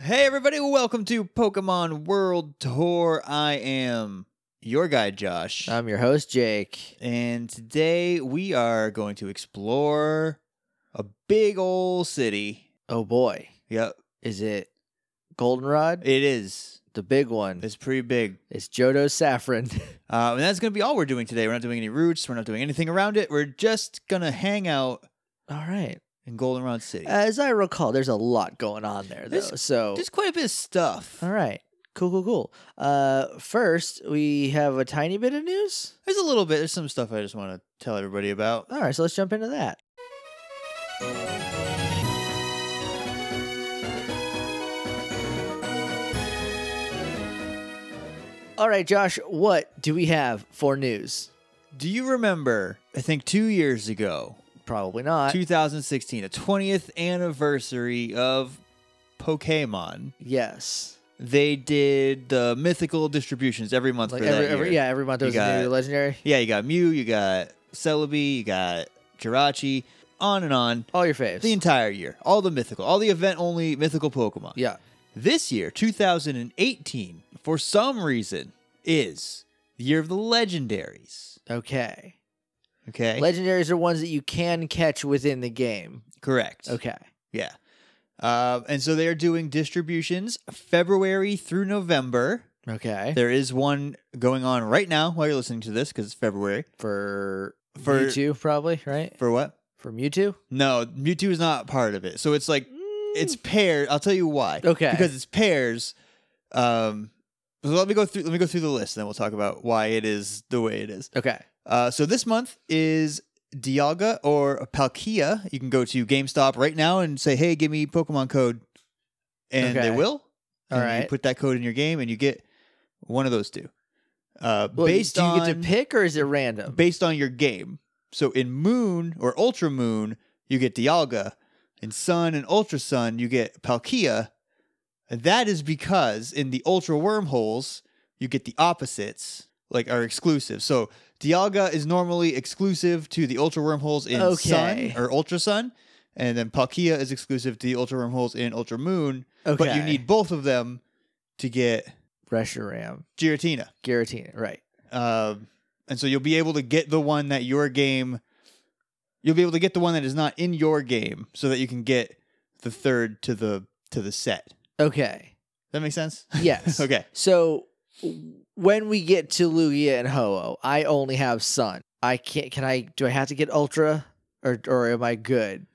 Hey, everybody, welcome to Pokemon World Tour. I am your guy, Josh. I'm your host, Jake. and today we are going to explore a big old city. Oh boy, Yep, is it Goldenrod? it is. the big one. It's pretty big. It's Johto Saffron. Uh, and that's going to be all we're doing today. We're not doing any routes, we're not doing anything around it. We're just going to hang out All right. in Goldenrod City. As I recall, there's a lot going on there, though. This- so, There's quite a bit of stuff. all right. Cool, cool, cool. Uh, first, we have a tiny bit of news. There's a little bit, there's some stuff I just want to tell everybody about. All right, so let's jump into that. All right, Josh, what do we have for news? Do you remember, I think two years ago, Probably not. 2016, the 20th anniversary of Pokemon. Yes. They did the mythical distributions every month Like for every, that every year. yeah, every month there You was a new got- legendary. Yeah, you got Mew, you got Celebi, you got Jirachi, on and on. All your faves. The entire year, all the mythical, all the event-only mythical Pokemon. yeah. This year, 2018, for some reason, is the year of the legendaries. Okay. Okay, Legendaries are ones that you can catch within the game. correct. Okay. Yeah. Uh, and so they are doing distributions February through November. Okay. There is one going on right now while you're listening to this because it's February. For For- Mewtwo, probably right? For what? For Mewtwo. No, Mewtwo is not part of it. So it's like, Mm. it's pairs. I'll tell you why. Okay. Because it's pairs. Um, so let me go through. Let me go through the list, and then we'll talk about why it is the way it is. okay. Uh, so this month is Dialga or Palkia. You can go to GameStop right now and say, "Hey, give me Pokemon code," and Okay. they will. All And you right. put that code in your game, and you get one of those two. Uh, Well, based do you on get to pick or is it random? based on your game. So in Moon or Ultra Moon, you get Dialga. In Sun and Ultra Sun, you get Palkia. And that is because in the Ultra Wormholes, you get the opposites, like are exclusive. So Dialga is normally exclusive to the Ultra Wormholes in Okay. Sun or Ultra Sun. And then Palkia is exclusive to the Ultra Wormholes in Ultra Moon. okay. But you need both of them to get Reshiram, Giratina. Giratina, right? Um, and so you'll be able to get the one that your game you'll be able to get the one that is not in your game so that you can get the third to the to the set Okay. that makes sense Yes. okay So w- when we get to Lugia and Ho-Oh, I only have Sun. I can't. Can I? Do I have to get Ultra, or or am I good?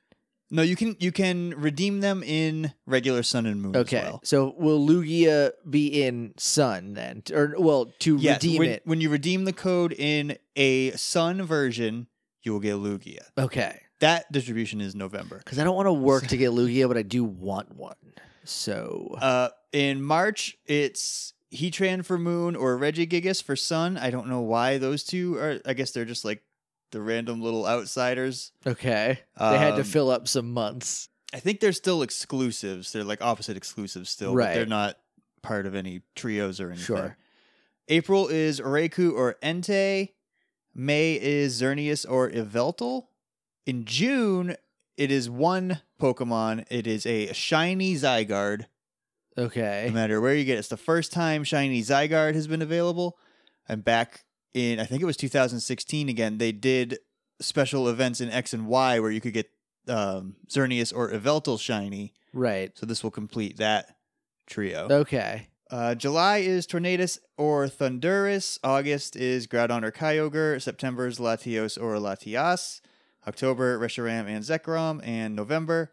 no you can you can redeem them in regular sun and moon Okay. as well So will Lugia be in Sun then, T- or well to Yes, redeem when, it? when you redeem the code in a sun version you will get lugia Okay. that distribution is november Because I don't want to work to get Lugia, but I do want one. So Uh, in March, it's Heatran for Moon or Regigigas for Sun. I don't know why those two are. I guess they're just like the random little outsiders. okay, they had to Um, fill up some months. I think they're still exclusives. They're like opposite exclusives still. But they're Right. not part of any trios or anything. Sure. April is Reku or Entei. May is Xerneas or Eveltal. In June, it is one Pokemon. It is a shiny Zygarde. Okay. No matter where you get it. It's the first time Shiny Zygarde has been available. And back in, I think it was 2016 again, they did special events in X and Y where you could get um, Xerneas or Eveltal Shiny. Right. So this will complete that trio. Oh. Okay. Uh, July is Tornadus or Thundurus. August is Groudon or Kyogre. September is Latios or Latias. October, Reshiram and Zekrom. And November,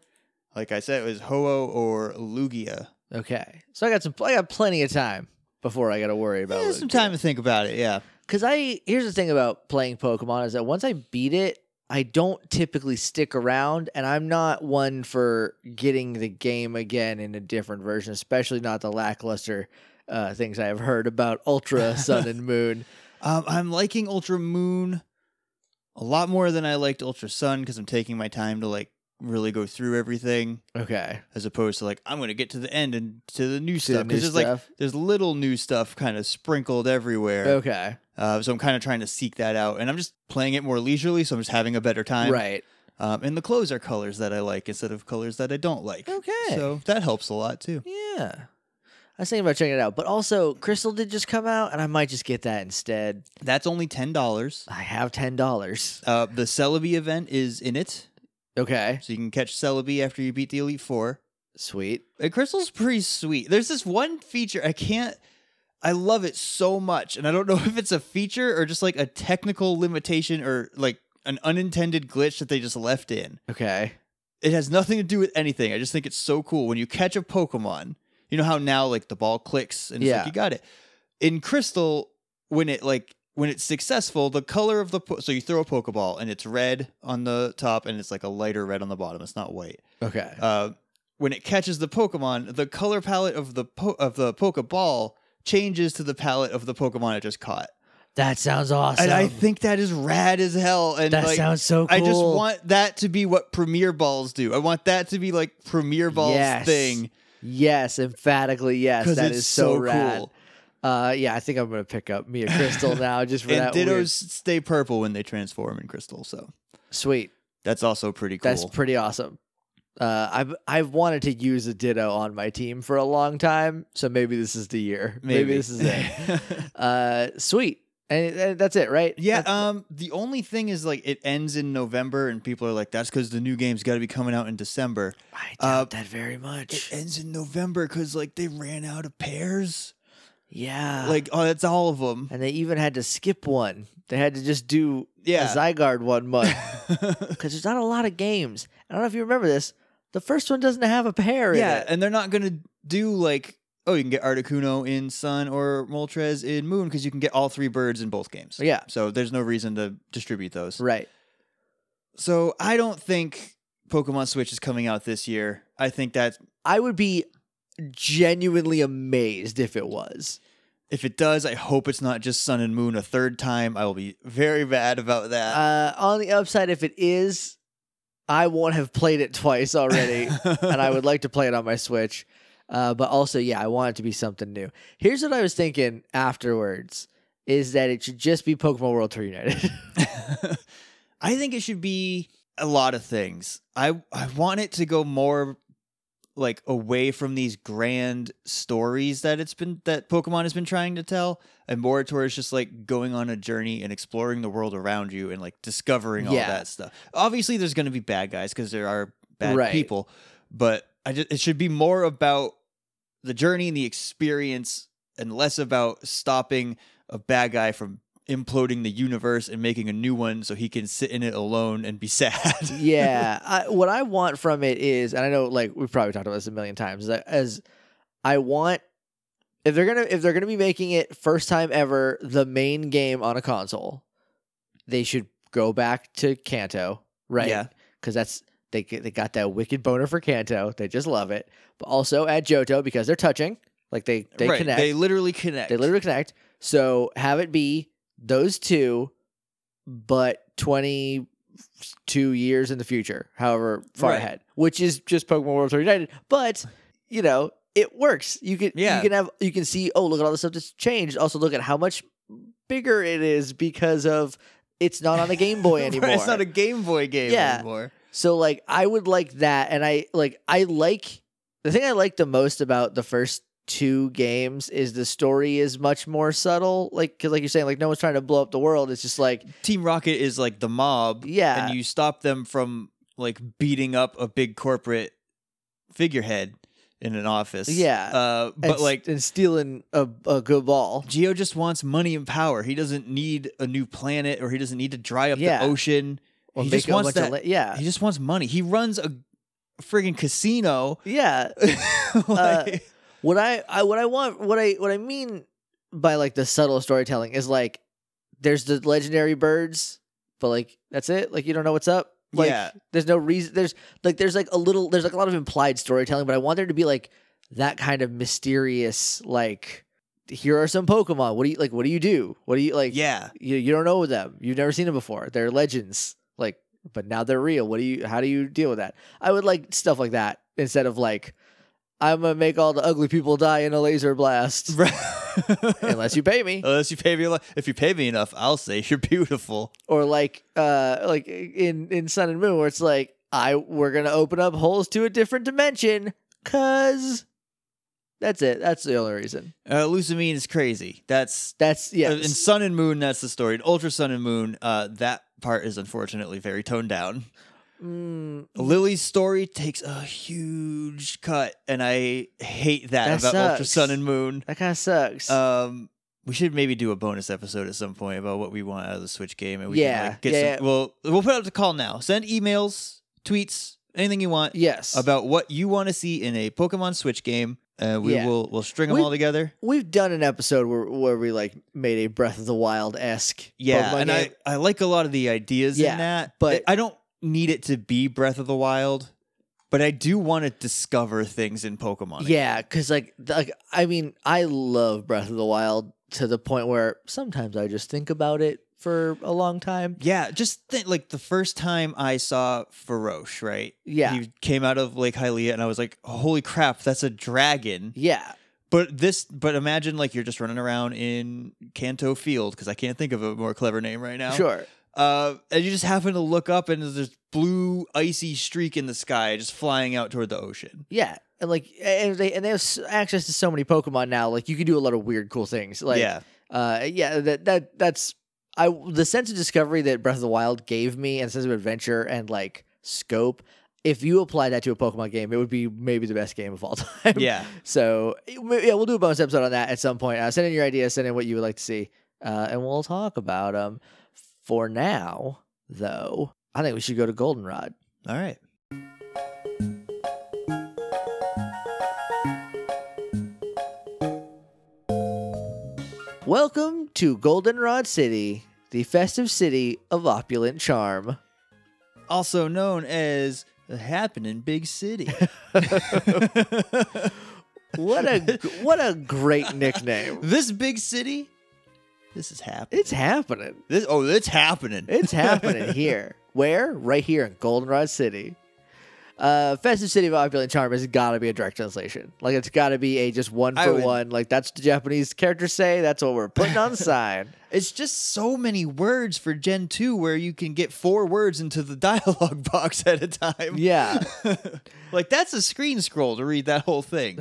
like I said, it was Ho-Oh or Lugia. Okay. So I got some. I got plenty of time before I got to worry about. Yeah, some time to think about it. Yeah, Because I here's the thing about playing Pokemon is that once I beat it, I don't typically stick around, and I'm not one for getting the game again in a different version, especially not the lackluster uh, things I have heard about Ultra Sun and Moon. um, I'm liking Ultra Moon a lot more than I liked Ultra Sun because I'm taking my time to like really go through everything Okay, as opposed to like I'm gonna get to the end and to the new To the stuff new because there's like stuff. there's little new stuff kind of sprinkled everywhere. okay, Uh, so I'm kind of trying to seek that out, and I'm just playing it more leisurely, so I'm just having a better time. right. Um, and the clothes are colors that I like instead of colors that I don't like. Okay. So that helps a lot too. Yeah. I was thinking about checking it out. But also, Crystal did just come out, and I might just get that instead. That's only ten dollars. I have $10. Uh, the Celebi event is in it, Okay. so you can catch Celebi after you beat the Elite Four. Sweet. And Crystal's pretty sweet. There's this one feature I can't. I love it so much, and I don't know if it's a feature or just like a technical limitation or like an unintended glitch that they just left in. Okay. It has nothing to do with anything. I just think it's so cool when you catch a Pokemon. You know how now like the ball clicks and it's Yeah. like you got it. In Crystal, when it like when it's successful, the color of the po- so you throw a Pokeball and it's red on the top and it's like a lighter red on the bottom. It's not white Okay. uh, when it catches the Pokemon, the color palette of the po- of the Pokeball changes to the palette of the Pokemon it just caught. that sounds awesome. And I think that is rad as hell. And that like, sounds so cool. I just want that to be what Premier Balls do. I want that to be like Premier Balls Yes. thing Yes, emphatically yes. because That it's is so, rad. cool. Uh, yeah, I think I'm gonna pick up Mia Crystal now just for And that. weird- Ditto's stay purple when they transform in Crystal. So Sweet. that's also pretty cool. That's pretty awesome. Uh, I've I've wanted to use a Ditto on my team for a long time, so maybe this is the year. this is it. uh, sweet, and, and that's it, right? Yeah, That's- um, the only thing is like it ends in November, and people are like, "That's because the new game's got to be coming out in December." I uh, doubt that very It much. ends in November because like they ran out of pairs. yeah, Like, oh, that's all of them. and they even had to skip one. They had to just do a Yeah, Zygarde one month because there's not a lot of games. I don't know if you remember this. The first one doesn't have a pair. yeah, in it. and they're not gonna do like, oh, you can get Articuno in Sun or Moltres in Moon because you can get all three birds in both games. Oh, yeah, So there's no reason to distribute those. right. So I don't think Pokemon Switch is coming out this year. I think that I would be genuinely amazed if it was. if it does, I hope it's not just Sun and Moon a third time. I will be very bad about that. Uh, on the upside, if it is, I won't have played it twice already, and I would like to play it on my Switch. Uh, but also, yeah, I want it to be something new. Here's what I was thinking afterwards: is that it should just be Pokemon World Tour United. I think it should be a lot of things. I I want it to go more like away from these grand stories that it's been that Pokemon has been trying to tell, and more towards just like going on a journey and exploring the world around you and like discovering all Yeah. that stuff. Obviously, there's going to be bad guys because there are bad Right. people, but I just, it should be more about the journey and the experience and less about stopping a bad guy from imploding the universe and making a new one so he can sit in it alone and be sad. yeah, I, what I want from it is, and I know like we've probably talked about this a million times. is that As I want, if they're gonna if they're gonna be making it first time ever the main game on a console, they should go back to Kanto, right? Yeah. because that's they g- they got that wicked boner for Kanto. They just love it, but also at Johto because they're touching, like they they Right, connect. They literally connect. They literally connect. So have it be those two, but 22 years in the future, however far Right. ahead, which is just Pokemon World Tour United. But, you know, it works. You can Yeah. you can have you can see, oh, look at all the stuff that's changed. Also look at how much bigger it is because of it's not on a Game Boy Right, anymore. it's not a Game Boy game Yeah. anymore. So like I would like that and I like I like the thing I like the most about the first two games is the story is much more subtle like cuz like you're saying like no one's trying to blow up the world it's just like Team Rocket is like the mob, yeah and you stop them from like beating up a big corporate figurehead in an office. Yeah. Uh, and but s- like and stealing a a good ball Geo just wants money and power. He doesn't need a new planet or he doesn't need to dry up Yeah. the ocean. or he make just a wants bunch of that. la- yeah He just wants money. He runs a friggin' casino. yeah Uh, Like- What I, I what I want what I what I mean by like the subtle storytelling is like there's the legendary birds, but like that's it. Like you don't know what's up. Like Yeah. there's no reason there's like there's like a little there's like a lot of implied storytelling, but I want there to be like that kind of mysterious like here are some Pokemon. What do you like what do you do? What do you like yeah. you, you don't know them. You've never seen them before. They're legends. Like, but now they're real. What do you? How do you deal with that? I would like stuff like that instead of like, I'm gonna make all the ugly people die in a laser blast. Right. Uh. unless you pay me. Unless you pay me, enough- if you pay me enough, I'll say you're beautiful. Or like uh like in in Sun and Moon where it's like I we're going to open up holes to a different dimension cuz that's it. That's the only reason. Uh, Lusamine is crazy. That's That's yeah. uh, in Sun and Moon. That's the story. In Ultra Sun and Moon, uh, that part is unfortunately very toned down. Mm, Lily's story takes a huge cut, and I hate that, That about Ultra sucks. Sun and Moon. that kind of sucks. Um, we should maybe do a bonus episode at some point about what we want out of the Switch game, and we Yeah, can like, get yeah, some. Well, we'll put out the call now. Send emails, tweets, anything you want yes. about what you want to see in a Pokemon Switch game. Uh, we Yeah. will we'll string them We- all together. We've done an episode where where we like made a Breath of the Wild esque. Yeah, and I I like a lot of the ideas Yeah, in that, but- I don't need it to be Breath of the Wild, but I do want to discover things in Pokemon. again. yeah, because like th- like I mean I love Breath of the Wild to the point where sometimes I just think about it for a long time. yeah. Just think like the first time I saw Feroche, right? Yeah, He came out of Lake Hylia, and I was like, "Holy crap, that's a dragon!" yeah, But this, but imagine like you're just running around in Kanto Field because I can't think of a more clever name right now. sure. Uh, and you just happen to look up, and there's this blue icy streak in the sky, just flying out toward the ocean. Yeah, and like and they and they have s- access to so many Pokemon now. Like you can do a lot of weird, cool things. Like yeah, uh, yeah, that that that's I the sense of discovery that Breath of the Wild gave me and sense of adventure and like scope. If you apply that to a Pokemon game, it would be maybe the best game of all time. yeah. So it- we- yeah, we'll do a bonus episode on that at some point. Uh, send in your ideas, send in what you would like to see, uh, and we'll talk about them. For now, though, I think we should go to Goldenrod. All right. Welcome to Goldenrod City, the festive city of opulent charm. Also known as the happening big city. What a g- what a great nickname! this big city. This is happening. It's happening. This oh, it's happening. It's happening here. Where? Right here in Goldenrod City. Uh, Festive City of Opulent Charm has got to be a direct translation. Like, it's got to be a just one I for would- one. Like, that's the Japanese characters say. That's what we're putting on the sign. It's just so many words for Gen 2 where you can get four words into the dialogue box at a time. Yeah. like that's a screen scroll to read that whole thing.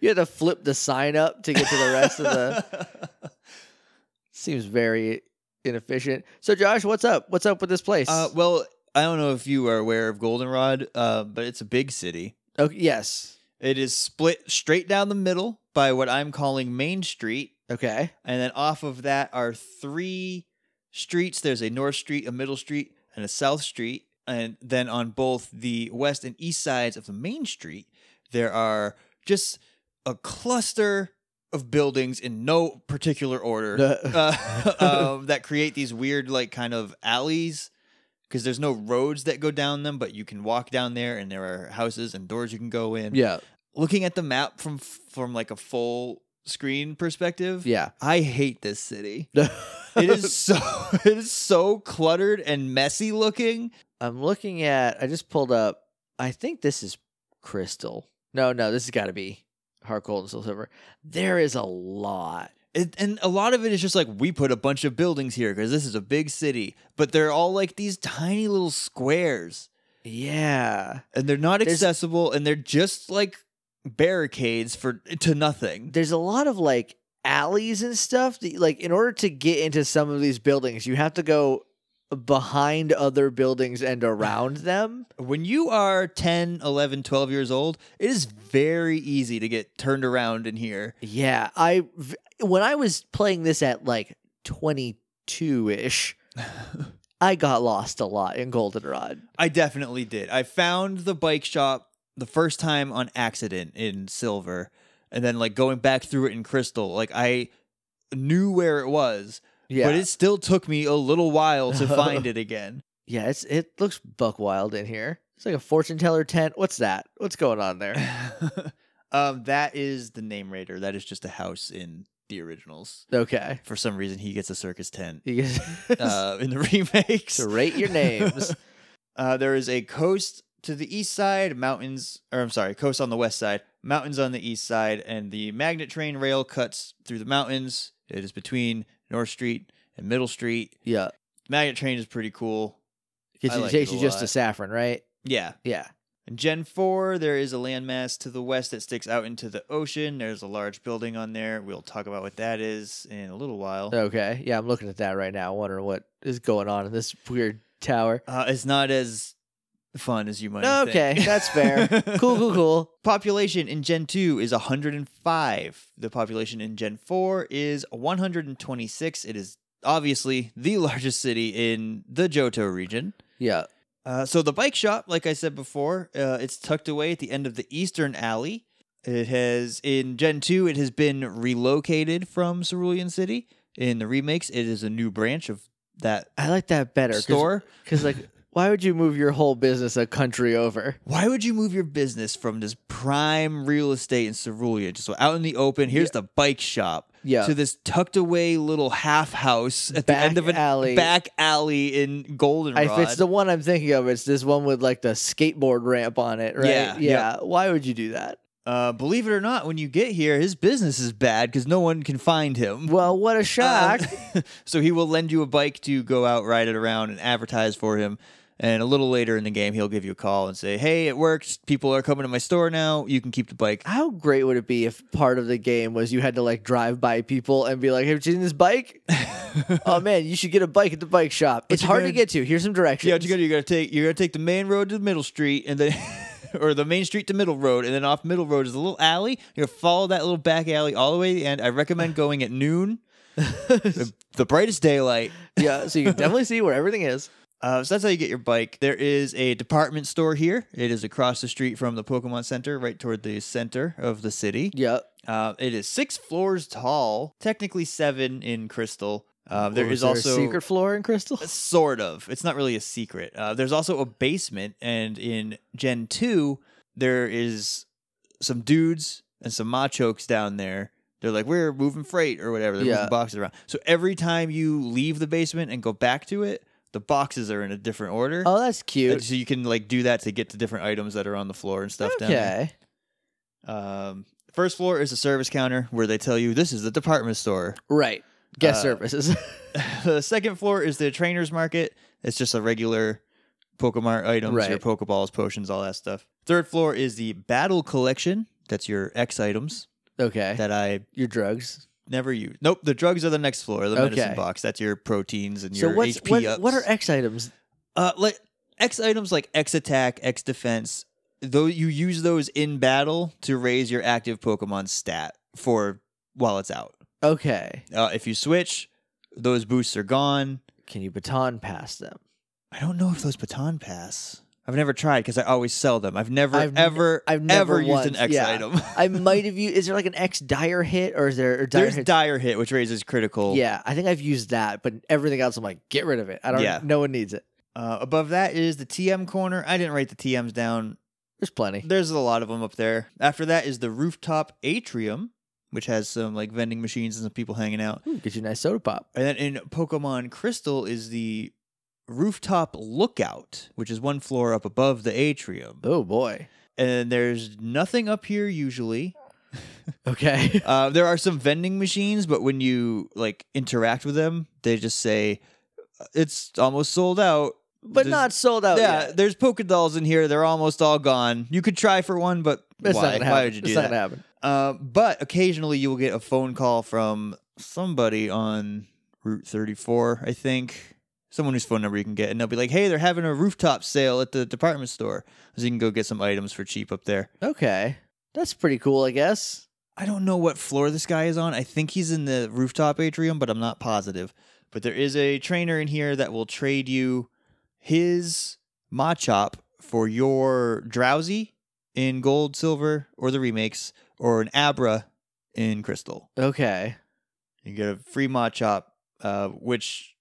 You have to flip the sign up to get to the rest of the. Seems very inefficient. So, Josh, what's up? What's up with this place? Uh, well, I don't know if you are aware of Goldenrod, uh, but it's a big city. okay, yes. It is split straight down the middle by what I'm calling Main Street, Okay. and then off of that are three streets. There's a North Street, a Middle Street, and a South Street. And then on both the west and east sides of the Main Street, there are just a cluster of buildings in no particular order uh, um, that create these weird, like, kind of alleys because there's no roads that go down them, but you can walk down there and there are houses and doors you can go in. yeah. Looking at the map from from like a full screen perspective, Yeah. I hate this city. It is so it is so cluttered and messy looking. I'm looking at. I just pulled up. I think this is crystal. No, no, this has got to be hard gold and soul silver. There is a lot. It, and a lot of it is just like we put a bunch of buildings here because this is a big city, but they're all like these tiny little squares, Yeah, and they're not There's- accessible, and they're just like barricades for to nothing. there's a lot of like alleys and stuff. That, like in order to get into some of these buildings, you have to go behind other buildings and around them. When you are 10, 11, 12 years old, it is very easy to get turned around in here. Yeah, I v- when I was playing this at like 22 ish, I got lost a lot in Goldenrod. I definitely did. I found the bike shop the first time on accident in silver, and then like going back through it in crystal. Like I knew where it was, Yeah, but it still took me a little while to find it again. Yeah, it's it looks buck wild in here. It's like a fortune teller tent. What's that? What's going on there? um, that is the name raider. That is just a house in the originals. Okay. For some reason, he gets a circus tent You guys- uh, in the remakes. to rate your names. Uh, there is a coast to the east side, mountains, or I'm sorry, coast on the west side, mountains on the east side, and the magnet train rail cuts through the mountains. It is between North Street and Middle Street. Yeah. Magnet train is pretty cool. Gets I you, like takes it a you just to lot. Saffron, right? Yeah. Yeah. In Gen 4, there is a landmass to the west that sticks out into the ocean. There's a large building on there. We'll talk about what that is in a little while. Okay. Yeah, I'm looking at that right now, wondering what is going on in this weird tower. Uh, it's not as fun as you might think. Okay, that's fair. Cool, cool, cool. population in Gen 2 is 105. The population in Gen 4 is 126. It is obviously the largest city in the Johto region. Yeah. Uh, so the bike shop, like I said before, uh, it's tucked away at the end of the eastern alley. It has in Gen 2, it has been relocated from Cerulean City. In the remakes, it is a new branch of that I like that better. Cause, store. 'cause, like, why would you move your whole business a country over? Why would you move your business from this prime real estate in Cerulean, just so out in the open? Here's the bike shop. Yeah. To this tucked away little half house at the Back end of an alley. back alley in Goldenrod. I- If it's the one I'm thinking of, it's this one with like the skateboard ramp on it, right? Yeah, Yeah. yeah. Why would you do that? uh, believe it or not, when you get here, his business is bad because no one can find him. Well, what a shock. Um, so he will lend you a bike to go out, ride it around, and advertise for him. And a little later in the game, he'll give you a call and say, "Hey, it works. People are coming to my store now. You can keep the bike." How great would it be if part of the game was you had to like drive by people and be like, "Have you seen this bike? oh man, you should get a bike at the bike shop. It's you hard gonna- to get to. Here's some directions. Yeah, what you gotta do, you gotta take you gotta take the main road to the middle street and then or the main street to middle road and then off middle road is a little alley. You're gonna follow that little back alley all the way to the end. I recommend going at noon. the, the brightest daylight. yeah, so you can definitely see where everything is. Uh, so that's how you get your bike. There is a department store here. It is across the street from the Pokemon Center, right toward the center of the city. Yeah. Uh, it is six floors tall, technically seven in Crystal. Um, there Or is there also a secret floor in Crystal. sort of it's not really a secret uh, there's also a basement and in gen 2 there is some dudes and some machokes down there they're like we're moving freight or whatever they're Yeah. moving boxes around so every time you leave the basement and go back to it the boxes are in a different order Oh, that's And cute. so you can like do that to get to different items that are on the floor and stuff down there Okay. um, first floor is the service counter where they tell you this is the department store Right. Guest Uh, services. the second floor is the trainer's market. It's just a regular Pokemon items, your Right. Pokeballs, potions, all that stuff. Third floor is the battle collection. That's your X items okay. that I Your drugs. never use. Nope, the drugs are the next floor, the medicine Okay. box. That's your proteins and So your what's HP what, ups. what are X items? uh, like X items like X attack, X defense? Though you use those in battle to raise your active Pokemon stat for while it's out. Okay. Uh, if you switch, those boosts are gone. Can you baton pass them? I don't know if those baton pass. I've never tried because I always sell them. I've never, I've n- ever, I've never ever used an once- X yeah. item. I might have used. Is there like an X dire hit or is there or dire There's hit? dire hit, which raises critical. yeah, I think I've used that, but everything else, I'm like, get rid of it. I don't. Yeah. No one needs it. Uh, above that is the TM corner. I didn't write the TMs down. There's plenty. There's a lot of them up there. After that is the rooftop atrium, which has some like vending machines and some people hanging out. Ooh, get you a nice soda pop. And then in Pokemon Crystal is the rooftop lookout, which is one floor up above the atrium. Oh boy. And there's nothing up here usually. Okay. Uh, there are some vending machines, but when you like interact with them, they just say uh, it's almost sold out. but There's- not sold out. yeah, yet. there's polka dolls in here. They're almost all gone. You could try for one, but That's not why? gonna happen. why would you do That's not that? gonna happen. Uh, but occasionally you will get a phone call from somebody on Route 34, I think. Someone whose phone number you can get, and they'll be like, "Hey, they're having a rooftop sale at the department store, so you can go get some items for cheap up there." Okay. That's pretty cool, I guess. I don't know what floor this guy is on. I think he's in the rooftop atrium, but I'm not positive. But there is a trainer in here that will trade you his Machop for your Drowsy in gold, silver, or the remakes, or an Abra in crystal. Okay. You get a free Machop, uh, which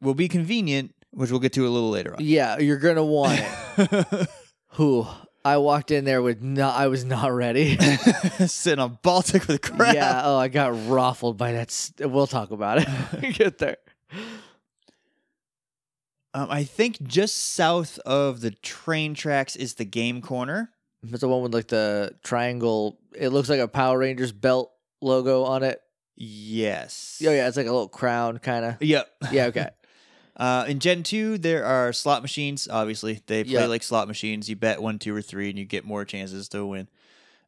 will be convenient, which we'll get to a little later on. Yeah, you're gonna want it. Who? I walked in there with no. I was not ready. Sitting on Baltic with crap. yeah. Oh, I got ruffled by that. St- we'll talk about it. when we Get there. Um, I think just south of the train tracks is the game corner. It's the one with like the triangle. It looks like a Power Rangers belt logo on it. Yes. Oh yeah, it's like a little crown kind of. Yep. Yeah, okay. Uh, in Gen 2, there are slot machines, obviously. They play Yeah. like slot machines. You bet one, two, or three, and you get more chances to win.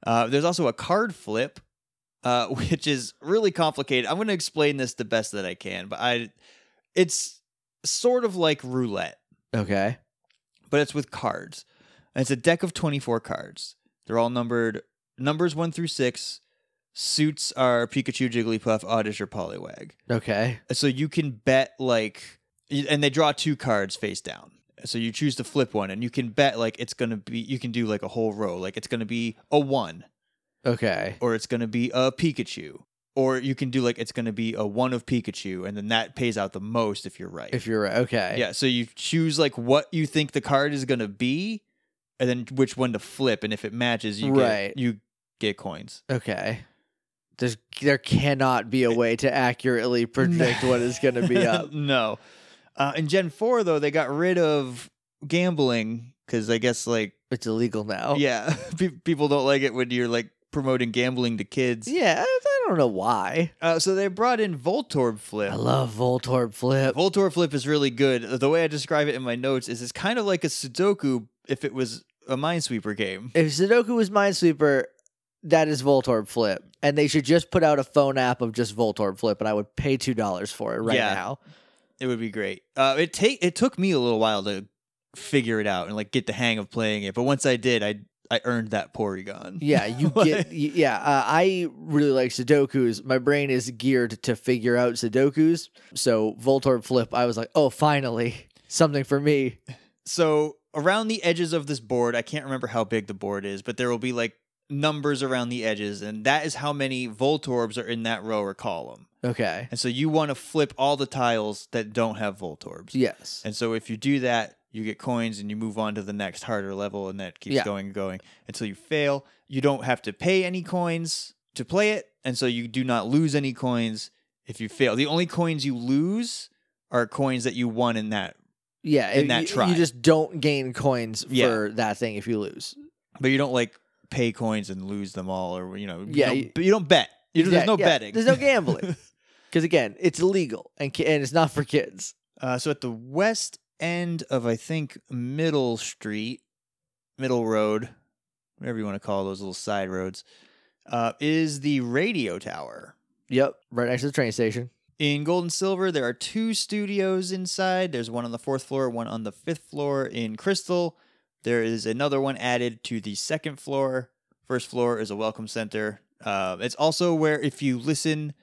Uh, there's also a card flip, uh, which is really complicated. I'm going to explain this the best that I can, but I, it's sort of like roulette, okay. but it's with cards. And it's a deck of 24 cards. They're all numbered numbers one through six. Suits are Pikachu, Jigglypuff, Oddish, or Poliwag. Okay. So you can bet like, y- and they draw two cards face down. So you choose to flip one, and you can bet like it's gonna be. You can do like a whole row. Like it's gonna be a one, Okay. or it's gonna be a Pikachu, or you can do like it's gonna be a one of Pikachu, and then that pays out the most if you're right. If you're right. Okay. yeah. So you choose like what you think the card is gonna be, and then which one to flip, and if it matches, you Right. get, you get coins. Okay. There's there cannot be a way to accurately predict what is going to be up. no. Uh, in Gen 4, though, they got rid of gambling because I guess, like, It's illegal now. yeah, pe- people don't like it when you're like promoting gambling to kids. Yeah. I, I don't know why. Uh, so they brought in Voltorb Flip. I love Voltorb flip. Voltorb Flip is really good. The way I describe it in my notes is it's kind of like a Sudoku if it was a Minesweeper game. If Sudoku was Minesweeper, that is Voltorb flip, and they should just put out a phone app of just Voltorb flip, and I would pay two dollars for it right Yeah. now. It would be great. Uh, it take it took me a little while to figure it out and like get the hang of playing it, but once I did, I I earned that Porygon. Yeah, you Like- get. y- Yeah, uh, I really like Sudokus. My brain is geared to figure out Sudokus. So Voltorb flip, I was like, oh, finally something for me. so around the edges of this board i can't remember how big the board is but there will be like numbers around the edges and that is how many voltorbs are in that row or column Okay. and so you want to flip all the tiles that don't have voltorbs Yes. and so if you do that you get coins and you move on to the next harder level and that keeps Yeah. going and going until you fail you don't have to pay any coins to play it and so you do not lose any coins if you fail the only coins you lose are coins that you won in that Yeah. in if that you, try. you just don't gain coins Yeah. for that thing if you lose. but you don't like pay coins and lose them all, or you know, you Yeah, don't- you- but you don't bet. You, Yeah, there's no yeah, betting. There's no gambling because again, it's illegal and ki- and it's not for kids. uh, so at the west end of I think Middle Street, Middle Road, whatever you want to call those little side roads, uh, is the radio tower. Yep. Right next to the train station. In Gold and Silver, there are two studios inside. There's one on the fourth floor, one on the fifth floor. In Crystal, there is another one added to the second floor. First floor is a welcome center. Uh, it's also where, if you listen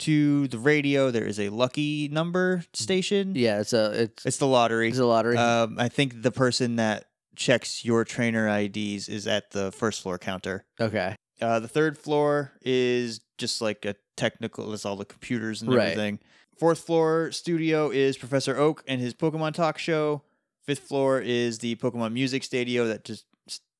to the radio, there is a lucky number station. Yeah. It's a it's It's the lottery. it's a lottery. Um, I think the person that checks your trainer IDs is at the first floor counter. okay. Uh, the third floor is just like a technical. That's all the computers and Right. everything. Fourth floor studio is Professor Oak and his Pokemon talk show. Fifth floor is the Pokemon music stadio that just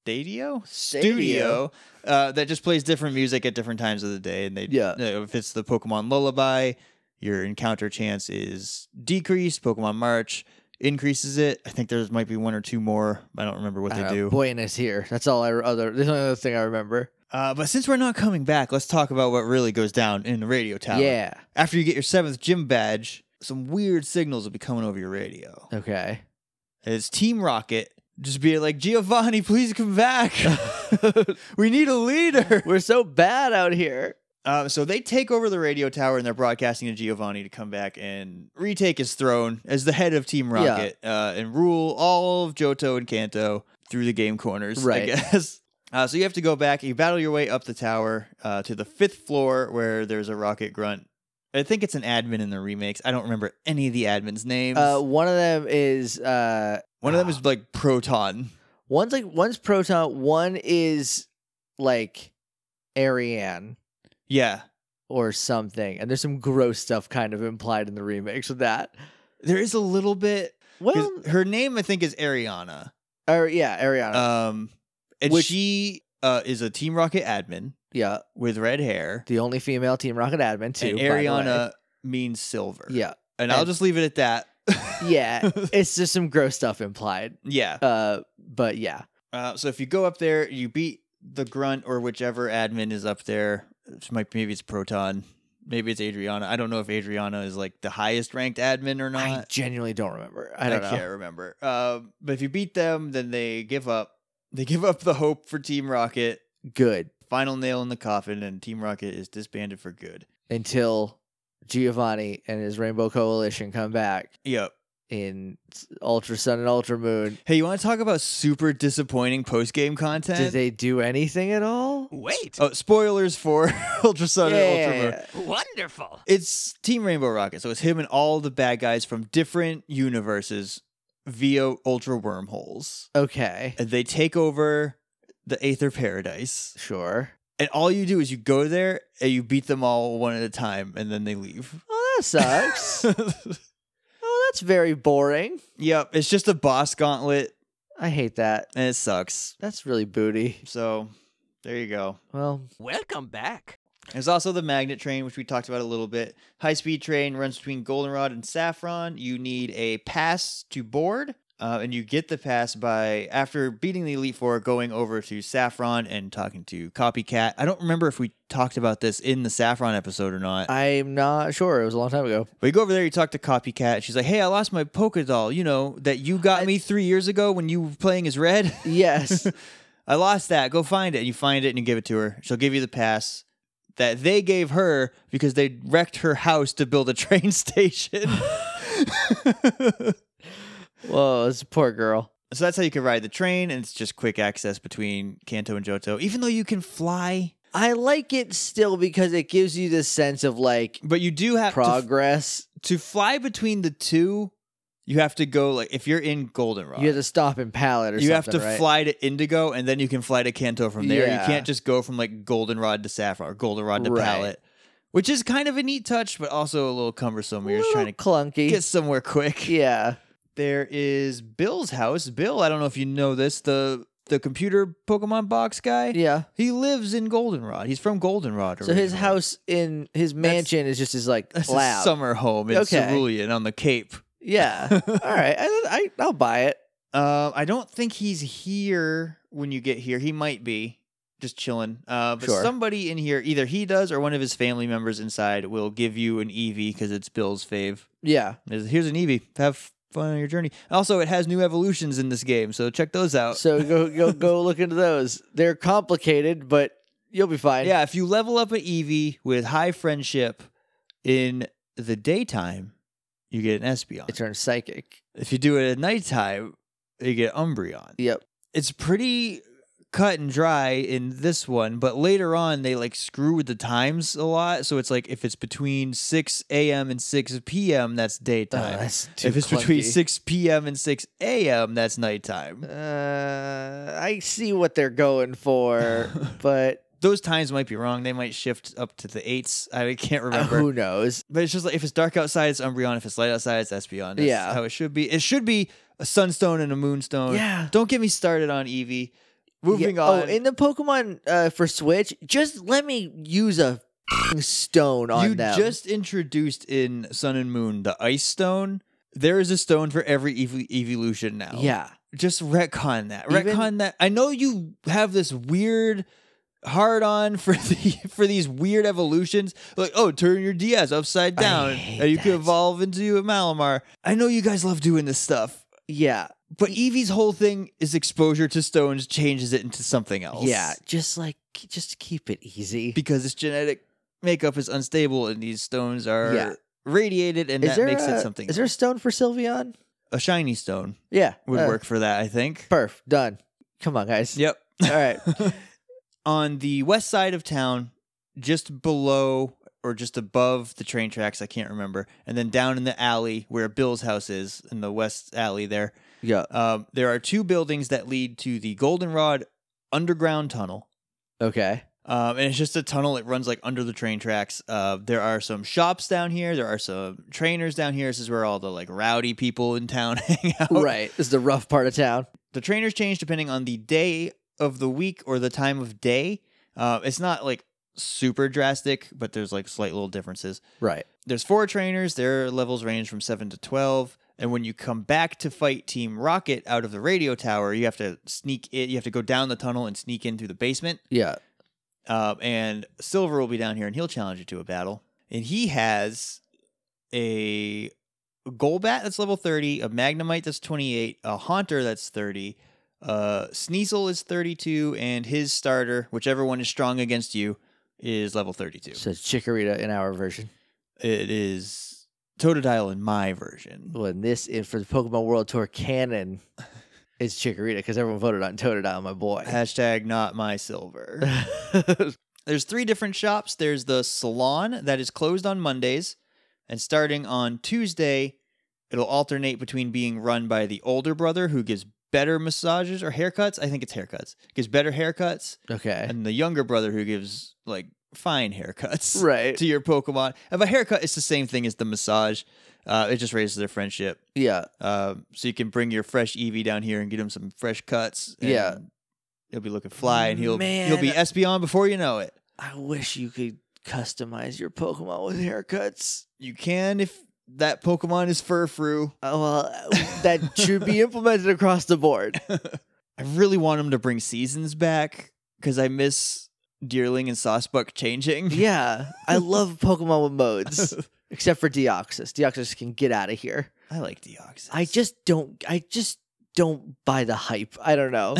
stadio studio uh, that just plays different music at different times of the day. And they Yeah. uh, if it's the Pokemon Lullaby, your encounter chance is decreased. Pokemon March increases it. I think there's might be one or two more. I don't remember what I they don't know, do. Uh, Buenos here. That's all I other. This is the only other thing I remember. Uh, but since we're not coming back, let's talk about what really goes down in the radio tower. Yeah. After you get your seventh gym badge, some weird signals will be coming over your radio. Okay. It's Team Rocket. Just be like, Giovanni, please come back. we need a leader. We're so bad out here. Uh, so they take over the radio tower and they're broadcasting to Giovanni to come back and retake his throne as the head of Team Yeah. Rocket uh, and rule all of Johto and Kanto through the game corners, I Right. guess. Uh, so you have to go back. You battle your way up the tower uh, to the fifth floor where there's a Rocket Grunt. I think it's an admin in the remakes. I don't remember any of the admins' names. Uh, one of them is uh, One of them is like Proton. one's like one's Proton. One is like Ariane Yeah. or something. And there's some gross stuff kind of implied in the remix of that. There is a little bit. 'cause Well, her name, I think, is Ariana. or yeah, Ariana. Um, and Uh, Which- she uh, is a Team Rocket admin yeah, with red hair. the only female Team Rocket admin too. and by the way. Ariana means silver. Yeah, and I'll and- just leave it at that. yeah, it's just some gross stuff implied. yeah. Uh, but yeah, Uh, so if you go up there, you beat the grunt or whichever admin is up there. It's might maybe it's Proton, maybe it's Adriana. I don't know if Adriana is like the highest ranked admin or not. I genuinely don't remember. I don't know. can't remember. Um, but if you beat them, then they give up. They give up the hope for Team Rocket. Good Final nail in the coffin, and Team Rocket is disbanded for good. until Giovanni and his Rainbow Coalition come back Yep. in s- Ultra Sun and Ultra Moon. Hey, you want to talk about super disappointing post game Did content? they do anything at all? Wait. oh, spoilers for Ultra Sun and Ultra Moon. Wonderful. It's Team Rainbow Rocket, so it's him and all the bad guys from different universes via ultra wormholes. Okay. And they take over the Aether Paradise. Sure. And all you do is you go there and you beat them all one at a time and then they leave. Oh, that sucks. oh, that's very boring. yep, it's just a boss gauntlet I hate that. and it sucks. That's really booty. So there you go. Well, Welcome back. There's also the magnet train, which we talked about a little bit. High speed train runs between Goldenrod and Saffron. You need a pass to board, uh, and you get the pass by after beating the Elite Four, going over to Saffron and talking to Copycat. I don't remember if we talked about this in the Saffron episode or not. I'm not sure. It was a long time ago. But you go over there, you talk to Copycat. and She's like, "Hey, I lost my Poké doll. You know that you got me three years ago when you were playing as Red." Yes. I lost that. Go find it. And you find it and you give it to her. She'll give you the pass that they gave her because they wrecked her house to build a train station. Whoa, this poor girl. so that's how you can ride the train, and it's just quick access between Kanto and Johto. Even though you can fly, I like it still because it gives you this sense of like but you do have to, progress. to fly between the two. You have to go like if you're in Goldenrod, You have to stop in pallet or you have something. to right? fly to Indigo, and then you can fly to Kanto from there. Yeah. You can't just go from like Goldenrod to Saffron or Goldenrod to Right. Palette, which is kind of a neat touch, but also a little cumbersome. You're just Little trying to clunky. get somewhere quick. yeah. There is Bill's house. Bill, I don't know if you know this, the the computer Pokemon box guy. Yeah. He lives in Goldenrod. He's from Goldenrod. So his originally. house in his mansion is just his like That's his lab. summer home in Okay. Cerulean on the Cape. yeah. All right. I, I I'll buy it. Uh, I don't think he's here when you get here. He might be just chilling. Uh, but Sure. somebody in here, either he does or one of his family members inside, will give you an Eevee because it's Bill's fave. Yeah. There's- Here's an Eevee. Have fun on your journey. Also, it has new evolutions in this game, so check those out. So go go go look into those. They're complicated, but you'll be fine. yeah, if you level up an Eevee with high friendship in the daytime, you get an It Espeon. turns psychic. If you do it at nighttime, you get Umbreon. Yep. it's pretty cut and dry in this one, but later on they like screw with the times a lot. So it's like if it's between 6 a.m. and 6 p.m., that's daytime. if it's between 6 p.m. and 6 a.m., that's nighttime. Uh, I see what they're going for, but Those times might be wrong. They might shift up to the eights. I can't uh, remember. who knows? But it's just like if it's dark outside, it's Umbreon. If it's light outside, it's Espeon. That's Yeah. how it should be. It should be a sunstone and a moonstone. Yeah. Don't get me started on Eevee. Moving Yeah, on. Oh, in the Pokemon uh, for Switch, just let me use a f***ing stone on you them. just introduced in Sun and Moon the Ice Stone. There is a stone for every ev- evolution now. yeah, Just retcon that. Even- retcon that. I know you have this weird hard on for the for these weird evolutions. Like, oh, turn your Diaz upside I down hate and you can that. evolve into a Malamar. I know you guys love doing this stuff. yeah, But Eevee's whole thing is exposure to stones changes it into something else. yeah. Just like, just keep it easy. Because its genetic makeup is unstable and these stones are Yeah. radiated and is that there makes a, it something. Is there a stone for Sylveon? a shiny stone Yeah, would uh, work for that, I think. Perf done. Come on, guys. Yep. All right. On the west side of town, just below or just above the train tracks, I can't remember, and then down in the alley where Bill's house is, in the west alley there, yeah. um, there are two buildings that lead to the Goldenrod Underground Tunnel. Okay. Um, and it's just a tunnel. It runs like under the train tracks. Uh, there are some shops down here. There are some trainers down here. This is where all the like rowdy people in town hang out. Right. This is the rough part of town. The trainers change depending on the day of the week or the time of day. Uh, it's not like super drastic, but there's like slight little differences. Right. There's four trainers. Their levels range from seven to twelve. And when you come back to fight Team Rocket out of the radio tower, you have to sneak it. You have to go down the tunnel and sneak in through the basement. Yeah. Uh, and Silver will be down here and he'll challenge you to a battle. And he has a Golbat that's level 30, a Magnemite that's 28, a Haunter that's 30, uh, Sneasel is 32, and his starter, whichever one is strong against you, is level 32. So it's Chikorita in our version. It is Totodile in my version. Well, in this, in, for the Pokemon World Tour canon, it's Chikorita because everyone voted on Totodile, my boy. Hashtag not my silver. There's three different shops. There's the salon that is closed on Mondays, and starting on Tuesday, it'll alternate between being run by the older brother who gives better massages or haircuts. I think it's haircuts. Gives better haircuts, okay. and the younger brother who gives like fine haircuts right. to your Pokemon. If a haircut is the same thing as the massage, uh, it just raises their friendship. Yeah. Um, so you can bring your fresh Eevee down here and get him some fresh cuts. and Yeah. he'll be looking fly, and he'll Man. he'll be Espeon before you know it. I wish you could customize your Pokemon with haircuts. You can if that Pokemon is Furfru. Oh, well, that should be implemented across the board. I really want him to bring seasons back because I miss Deerling and Sawsbuck changing. Yeah, I love Pokemon with modes, except for Deoxys. Deoxys can get out of here. I like Deoxys. I just don't. I just don't buy the hype. I don't know.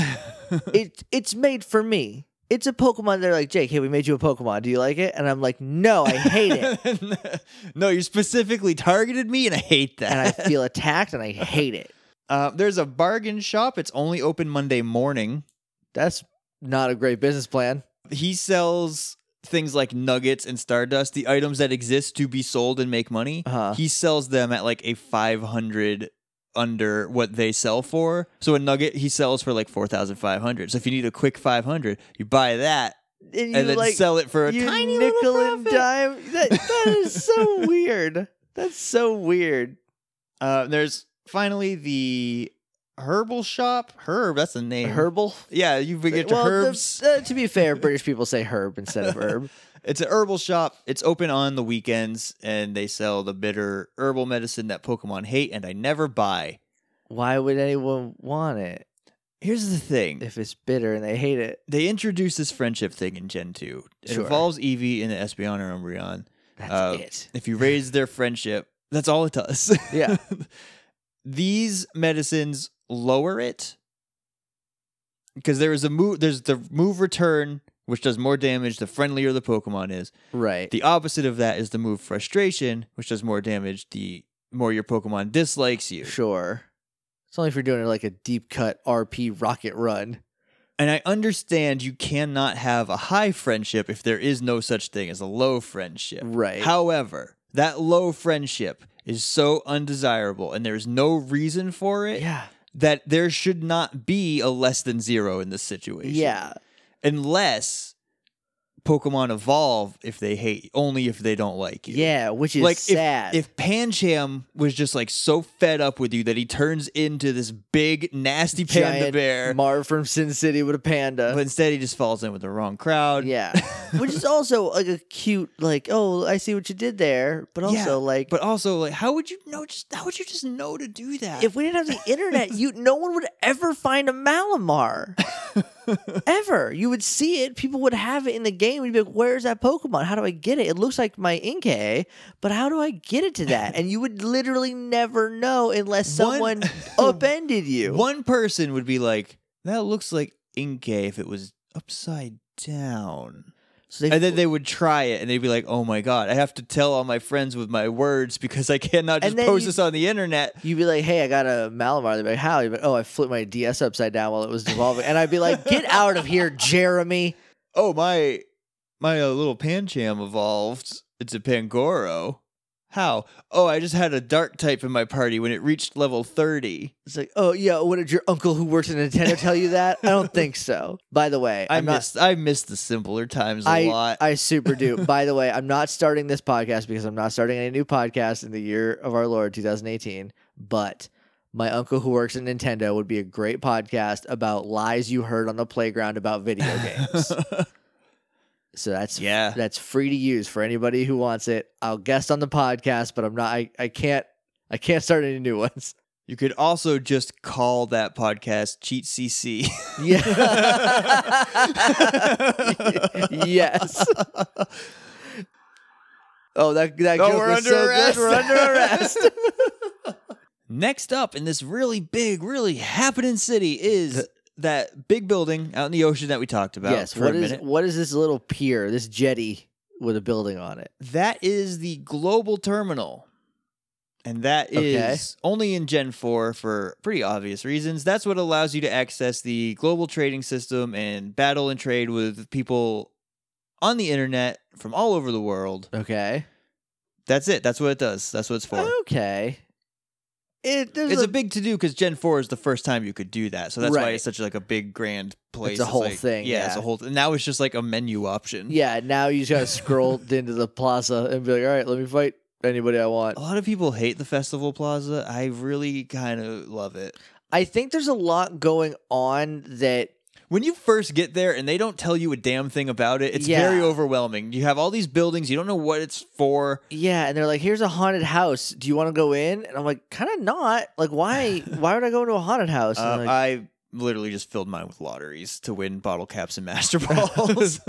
it it's made for me. It's a Pokemon. They're like, Jake, hey, we made you a Pokemon. Do you like it? And I'm like, no, I hate it. no, you specifically targeted me, and I hate that. and I feel attacked, and I hate it. Uh, there's a bargain shop. It's only open Monday morning. That's not a great business plan. He sells things like nuggets and stardust, the items that exist to be sold and make money. Uh-huh. He sells them at like a 500 under what they sell for. So a nugget he sells for like 4,500. So if you need a quick 500, you buy that And you and then like sell it for a you tiny nickel little and profit. dime. That that is so weird. That's so weird. Uh, there's finally the herbal shop. Herb, that's the name. Herbal. Yeah, you get your well, the- herbs. uh, to be fair, British people say herb instead of herb. It's an herbal shop. It's open on the weekends, and they sell the bitter herbal medicine that Pokemon hate, and I never buy. Why would anyone want it Here's the thing: if it's bitter and they hate it? they introduced this friendship thing in Gen two. It Sure. involves Eevee and the Espeon or Umbreon. That's Uh, it. If you raise their friendship, that's all it does. Yeah. These medicines lower it because there is a move. There's the move return, which does more damage the friendlier the Pokemon is. Right. The opposite of that is the move frustration, which does more damage the more your Pokemon dislikes you. sure. It's only if you're doing it like a deep cut RP rocket run. And I understand you cannot have a high friendship if there is no such thing as a low friendship. Right. However, that low friendship is so undesirable and there's no reason for it Yeah. that there should not be a less than zero in this situation. Yeah. Unless Pokemon evolve if they hate only if they don't like you. Yeah. Which is like if- sad. If, Pancham was just like so fed up with you that he turns into this big nasty panda Giant bear, Marv from Sin City with a panda. but instead he just falls in with the wrong crowd. yeah. Which is also like a cute, like, oh, I see what you did there. But also, Yeah, like, But also, like, how would you know? Just how would you just know to do that? if we didn't have the internet, you no one would ever find a Malamar. ever. You would see it, people would have it in the game. You'd be like, where's that Pokemon? How do I get it? It looks like my Inkay, but how do I get it to that? And you would literally never know unless One- someone upended you. one person would be like, "That looks like Inkay if it was upside down," so they, and then they would try it, and they'd be like, "Oh my god, I have to tell all my friends with my words because I cannot just And then post you- this on the internet." You'd be like, hey, I got a Malamar. They'd be like, how? You'd be like, oh, I flipped my DS upside down while it was devolving. And I'd be like, get out of here, Jeremy. oh my my uh, little pancham evolved it's a pangoro how oh i just had a dark type in my party when it reached level 30 It's like, oh, yeah, what did your uncle who works at Nintendo tell you that? I don't think so. By the way, i I'm not- missed i missed the simpler times a I lot I super do. By the way, I'm not starting this podcast because I'm not starting any new podcast in the year of our Lord 2018. But my uncle who works at Nintendo would be a great podcast about lies you heard on the playground about video games. so that's yeah that's free to use for anybody who wants it. I'll guest on the podcast, but I'm not. I, I can't. I can't start any new ones. You could also just call that podcast Cheat CC. Yeah. yes. Oh, that that Oh, joke we're was under so arrest. good. We're under arrest. Next up in this really big, really happening city is that big building out in the ocean that we talked about yes. for What a is minute. what is this little pier? This jetty with a building on it. That is the global terminal. And that is Okay. only in Gen 4 for pretty obvious reasons. That's what allows you to access the global trading system and battle and trade with people on the internet from all over the world. Okay. That's it. That's what it does. That's what it's for. Okay. It there's It's a big to do because Gen 4 is the first time you could do that. So that's why Right. it's such like a big grand place. a whole like- thing, Yeah, it's yeah. a whole th- Now it's just like a menu option. yeah. Now you just gotta scroll into the plaza and be like, all right, let me fight anybody I want. A lot of people hate the festival plaza. I really kind of love it. I think there's a lot going on that When you first get there and they don't tell you a damn thing about it, it's Yeah. very overwhelming. You have all these buildings, you don't know what it's for. Yeah, and they're like, "Here's a haunted house. Do you want to go in?" And I'm like, "Kind of not. Like, why? why would I go into a haunted house?" And Uh, they're like, I literally just filled mine with lotteries to win bottle caps and master balls.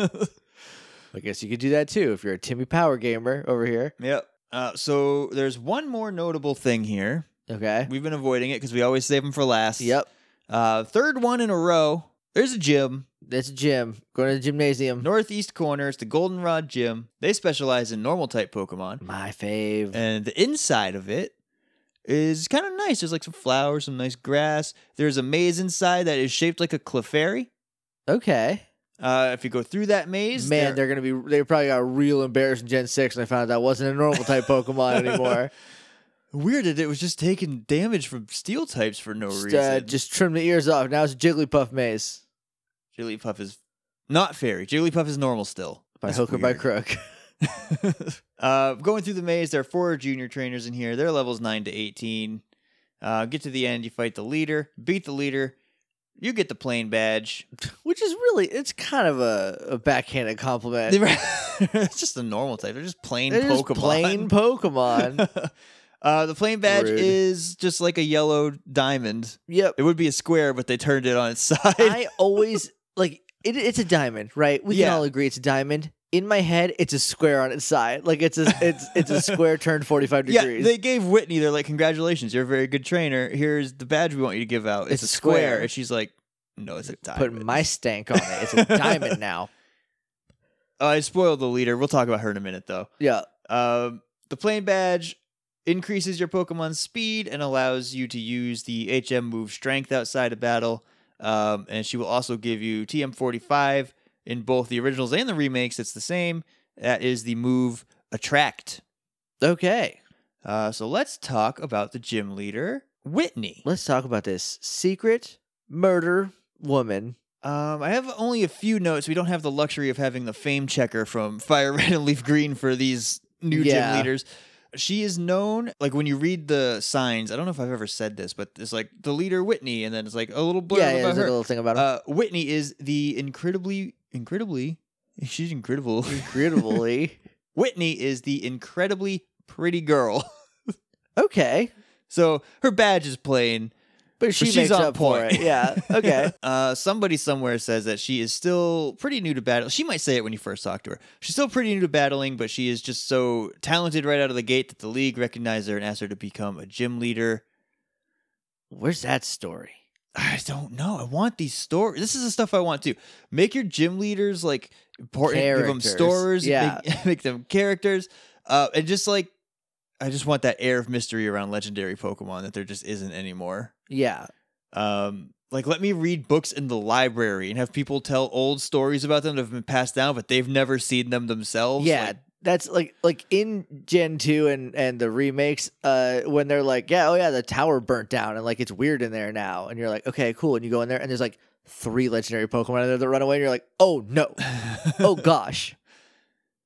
I guess you could do that too if you're a Timmy Power gamer over here. yep. Uh, so there's one more notable thing here. Okay. We've been avoiding it because we always save them for last. Yep. Uh, third one in a row. There's a gym, That's a gym. Going to the gymnasium. northeast corner. It's the Goldenrod Gym. They specialize in normal type Pokemon. My fave. and the inside of it is kind of nice. There's like some flowers, some nice grass. There's a maze inside that is shaped like a Clefairy. Okay. Uh, if you go through that maze, Man, there- they're gonna be. They probably got real embarrassed in Gen Six, and they found out that wasn't a normal type Pokemon anymore. weird that it was just taking damage from steel types for no just, reason. uh, just trim the ears off. Now it's a Jigglypuff maze. Jigglypuff is not fairy. Jigglypuff is normal still. By That's hook or by weird. crook. uh, going through the maze, there are four junior trainers in here. They're levels 9 to 18. Uh, get to the end, you fight the leader, beat the leader, you get the plain badge. Which is really, it's kind of a, a backhanded compliment. They were- it's just a normal type. They're just plain They're just Pokemon. plain Pokemon. uh, the plain badge Rude. is just like a yellow diamond. yep. It would be a square, but they turned it on its side. I always like it, it's a diamond, right? We Yeah. can all agree it's a diamond. In my head, it's a square on its side. Like it's a it's it's a square turned forty five yeah, degrees. they gave Whitney. They're like, "Congratulations, you're a very good trainer. Here's the badge we want you to give out. It's, a square. And she's like, "No, it's a Put diamond." my stank on it. It's a diamond now. Uh, I spoiled the leader. We'll talk about her in a minute, though. Yeah. Um, the plain badge increases your Pokemon's speed and allows you to use the HM move Strength outside of battle. Um, and she will also give you TM45 in both the originals and the remakes. It's the same. That is the move Attract. Okay. Uh, so let's talk about the gym leader, Whitney. Let's talk about this secret murder woman. Um, I have only a few notes. We don't have the luxury of having the fame checker from Fire Red and Leaf Green for these new Yeah. gym leaders. She is known, like when you read the signs, I don't know if I've ever said this, but it's like the leader Whitney, and then it's like a little blurb yeah, yeah. about There's a her. little thing about her. uh, Whitney is the incredibly, incredibly, she's incredible. Incredibly. Whitney is the incredibly pretty girl. okay. So her badge is plain. But she she's makes on up point. for it. Yeah. Okay. Uh, somebody somewhere says that she is still pretty new to battle. She might say it when you first talk to her. She's still pretty new to battling, but she is just so talented right out of the gate that the league recognized her and asked her to become a gym leader. Where's that story? I don't know. I want these stories. This is the stuff I want to make your gym leaders like important. Give them Characters. stories. Yeah. Make, make them characters. Uh, and just like, I just want that air of mystery around legendary Pokemon that there just isn't anymore. Yeah. um like let me read books in the library and have people tell old stories about them that have been passed down but they've never seen them themselves Yeah, Like, that's like like in Gen two and and the remakes, uh, when they're like, yeah, oh yeah, the tower burnt down and like it's weird in there now, and you're like, okay, cool, and you go in there and there's like three legendary Pokemon in there that run away, and you're like, oh no, oh gosh,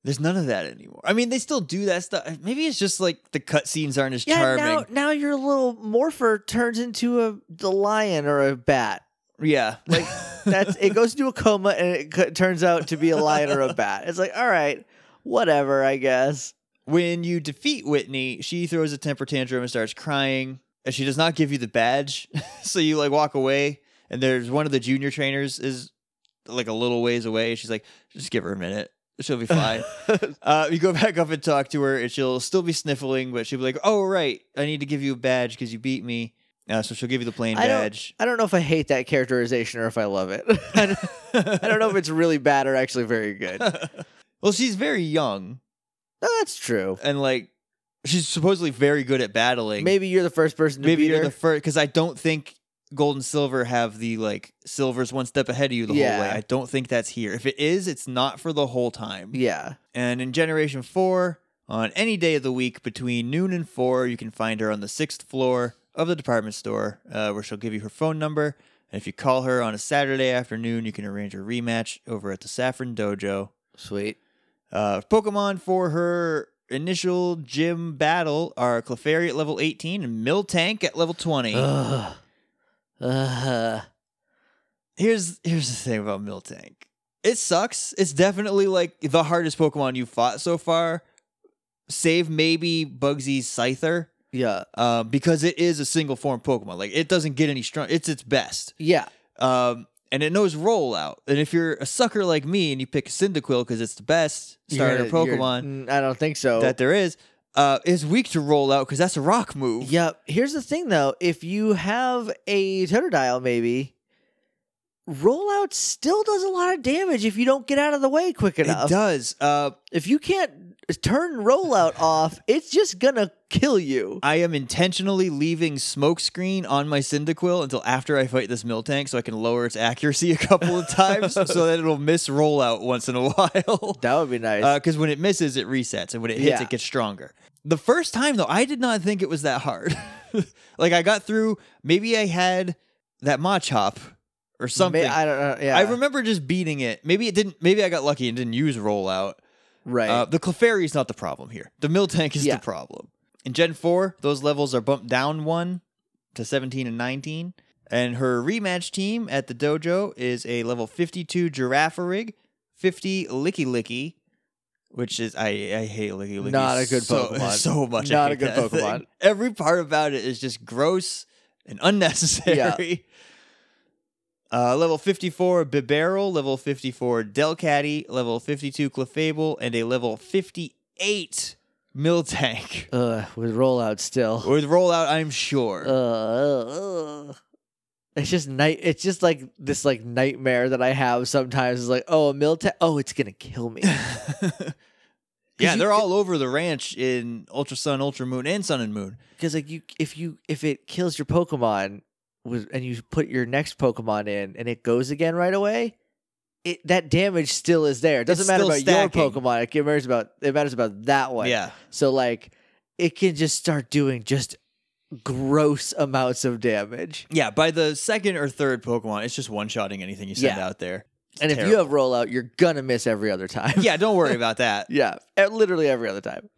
there's none of that anymore i mean they still do that stuff maybe it's just like the cutscenes aren't as yeah, charming now now your little Morpher turns into a, a lion or a bat. yeah Like that's it goes into a coma and it c- turns out to be a lion or a bat. It's like all right, whatever, I guess. When you defeat Whitney, she throws a temper tantrum and starts crying. And she does not give you the badge. so you like walk away and there's one of the junior trainers is like a little ways away. She's like, just give her a minute. She'll be fine. uh, you go back up and talk to her, and she'll still be sniffling, but she'll be like, "Oh right, I need to give you a badge because you beat me." Uh, so she'll give you the plain I don't- badge. I don't know if I hate that characterization or if I love it. I don't- I don't know if it's really bad or actually very good. No, well, she's very young, that's true. and like she's supposedly very good at battling. Maybe you're the first person to maybe beat you're her. the first because I don't think gold and silver have the like silver's one step ahead of you the Yeah. whole way. I don't think that's here. If it is, it's not for the whole time. yeah. And in Generation 4, on any day of the week between noon and 4, you can find her on the sixth floor of the department store uh, where she'll give you her phone number. And if you call her on a Saturday afternoon, you can arrange a rematch over at the Saffron Dojo. Sweet. Uh, Pokemon for her initial gym battle are Clefairy at level 18 and Miltank at level 20. Ugh. Ugh. here's here's the thing about Miltank. It sucks. It's definitely like the hardest Pokemon you fought so far, save maybe Bugsy's Scyther, Yeah. uh, because it is a single form Pokemon. Like it doesn't get any strong. It's its best, Yeah. um, and it knows Rollout. And if you're a sucker like me and you pick Cyndaquil because it's the best starter You're- you're- Pokemon mm, I don't think so. that there is, uh, is weak to Rollout because that's a rock move. Yeah. Here's the thing, though. If you have a Totodile, maybe rollout still does a lot of damage if you don't get out of the way quick It enough. does. Uh, If you can't turn rollout off, it's just gonna kill you. I am intentionally leaving smokescreen on my Cyndaquil until after I fight this Miltank so I can lower its accuracy a couple of times so that it'll miss rollout once in a while. That would be nice. Because when it misses, it resets, and when it hits, Yeah. it gets stronger. The first time, though, I did not think it was that hard. like, I got through, maybe I had that Machop or something. May- I don't know. Yeah, I remember just beating it. Maybe it didn't. Maybe I got lucky and didn't use rollout. Right. Uh, the Clefairy is not the problem here. The Miltank is Yeah. the problem. In Gen 4, those levels are bumped down one to 17 and 19. And her rematch team at the dojo is a level 52 Giraffarig, 50 Licky Licky, which is, I, I hate Licky Licky. Not a good so, Pokemon. So much. I Not hate a good that thing. Pokemon. Every part about it is just gross and unnecessary. Uh, level 54 Bibarel, level 54 Delcatty, level 52 Clefable, and a level 58 Miltank. Ugh, with rollout still. With rollout, I'm sure. Ugh, ugh, ugh. It's just night. It's just like this like nightmare that I have sometimes. Is like, oh, a Miltank. Oh, it's gonna kill me. yeah, you they're c- all over the ranch in Ultra Sun, Ultra Moon, and Sun and Moon. Because like you, if you, if it kills your Pokemon, with and you put your next Pokemon in, and it goes again right away, it that damage still is there. It doesn't It's matter still about your stacking. Pokemon. It matters about it matters about that one. Yeah. So like, it can just start doing just gross amounts of damage. Yeah, by the second or third Pokemon, it's just one shotting anything you send Yeah. out there. It's and if you terrible. have rollout, you're gonna miss every other time. Yeah, don't worry about that. yeah, eh, literally every other time.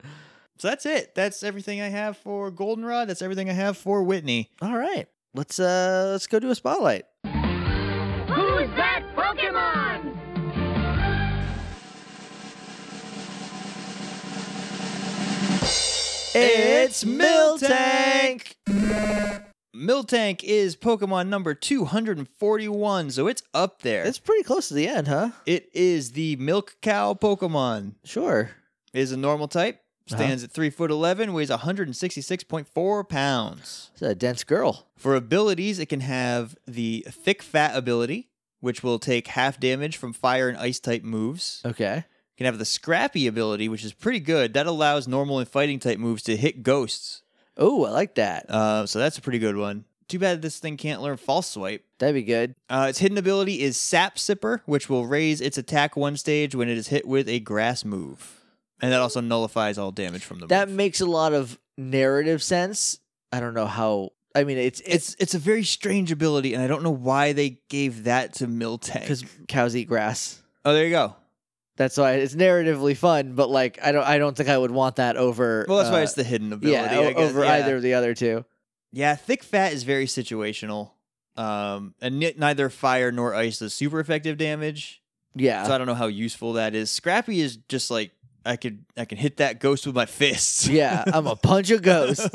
So that's it. That's everything I have for Goldenrod. That's everything I have for Whitney. All right, let's uh let's go do a spotlight. Who's that Pokemon? It's Miltank. Miltank! Miltank is Pokemon number 241, so it's up there. It's pretty close to the end, huh? It is the milk cow Pokemon. Sure. It is a normal type, Uh-huh. stands at 3 foot 11, weighs 166.4 pounds. It's a dense girl. For abilities, it can have the thick fat ability, which will take half damage from fire and ice type moves. Okay. It can have the scrappy ability, which is pretty good. That allows normal and fighting type moves to hit ghosts. Oh, I like that. Uh, so that's a pretty good one. Too bad this thing can't learn false swipe. That'd be good. Uh, its hidden ability is Sap Sipper, which will raise its attack one stage when it is hit with a grass move. And that also nullifies all damage from the That move. makes a lot of narrative sense. I don't know how. I mean, it's it's It's it's a very strange ability, and I don't know why they gave that to because Miltank. cows eat grass. Oh, there you go. That's why it's narratively fun, but like I don't I don't think I would want that over. Well, that's why uh, it's the hidden ability. yeah I o- guess. over yeah. either of the other two. Yeah, thick fat is very situational, um, and ni- neither fire nor ice does super effective damage. Yeah. So I don't know how useful that is. Scrappy is just like I could I can hit that ghost with my fists. Yeah, I'm a punch a ghost.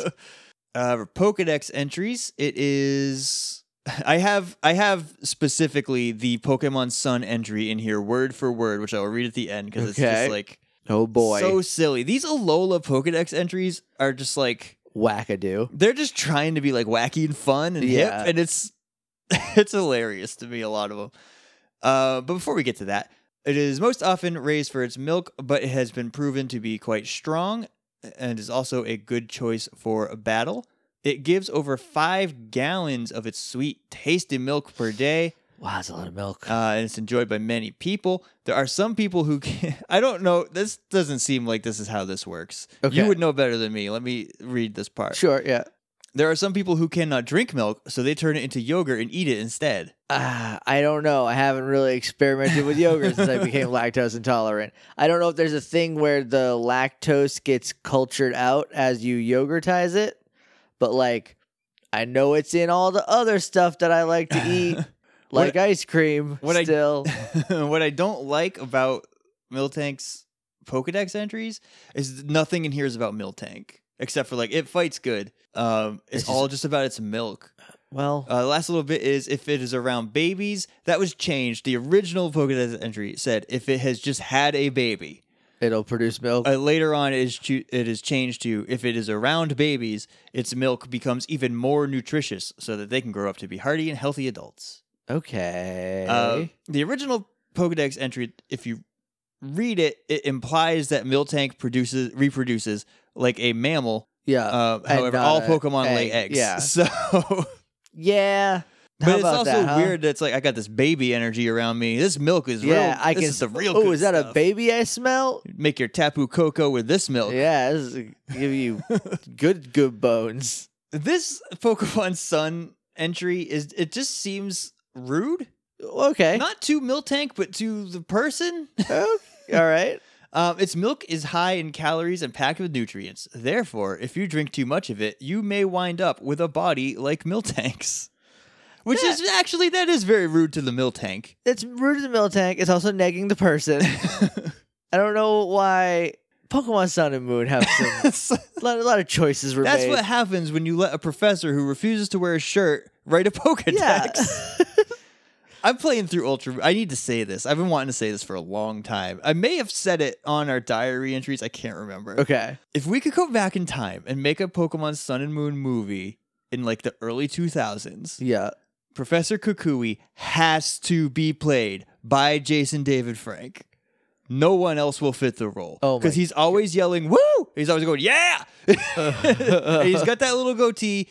uh, for Pokedex entries, it is. I have I have specifically the Pokemon Sun entry in here, word for word, which I will read at the end because it's Okay. just like Oh boy, so silly. These Alola Pokedex entries are just like wackadoo. they're just trying to be like wacky and fun and Yeah. hip, and it's it's hilarious to me. A lot of them. Uh, but before we get to that, it is most often raised for its milk, but it has been proven to be quite strong and is also a good choice for a battle. It gives over five gallons of its sweet, tasty milk per day, Wow, that's a lot of milk. uh, and it's enjoyed by many people. There are some people who can, I don't know. This doesn't seem like this is how this works. Okay. You would know better than me. Let me read this part. sure, yeah. There are some people who cannot drink milk, so they turn it into yogurt and eat it instead. Ah, I don't know. I haven't really experimented with yogurt since I became lactose intolerant. I don't know if there's a thing where the lactose gets cultured out as you yogurtize it, but like I know it's in all the other stuff that I like to eat, What- like ice cream. what I- still, what I don't like about Miltank's Pokedex entries is nothing in here is about Miltank, except for like it fights good. Um, it's, It's just- all just about its milk. well, Uh, the last little bit is if it is around babies, that was changed. The original Pokedex entry said if it has just had a baby. it'll produce milk. Uh, later on, it is, chu- it is changed to if it is around babies, its milk becomes even more nutritious so that they can grow up to be hardy and healthy adults. okay. Uh, the original Pokedex entry, if you read it, it implies that Miltank produces reproduces like a mammal. yeah. Uh, and however, not all a Pokemon lay egg, eggs. yeah. So, but yeah. How it's about also that, huh? weird that it's like I got this baby energy around me. This milk is real. Yeah, I this can. Is the real. oh, good is that a stuff. baby I smell? Make your tapu cocoa with this milk. Yeah, this is, give you good good bones. This Pokemon Sun entry is it just seems rude. Okay. Not to Miltank, but to the person. Oh, all right. Um, its milk is high in calories and packed with nutrients. Therefore, if you drink too much of it, you may wind up with a body like Miltank's. Which Yeah. is actually that is very rude to the Miltank. It's rude to the mill tank. It's also negging the person. I don't know why Pokemon Sun and Moon have some That's a, lot, a lot of choices were that's made. what happens when you let a professor who refuses to wear a shirt write a Pokedex. yeah. I'm playing through Ultra. I need to say this. I've been wanting to say this for a long time. I may have said it on our diary entries. I can't remember. okay. If we could go back in time and make a Pokemon Sun and Moon movie in like the early 2000s, Yeah. Professor Kukui has to be played by Jason David Frank. No one else will fit the role. Oh my because he's always yelling "woo!" He's always going "yeah!" and he's got that little goatee.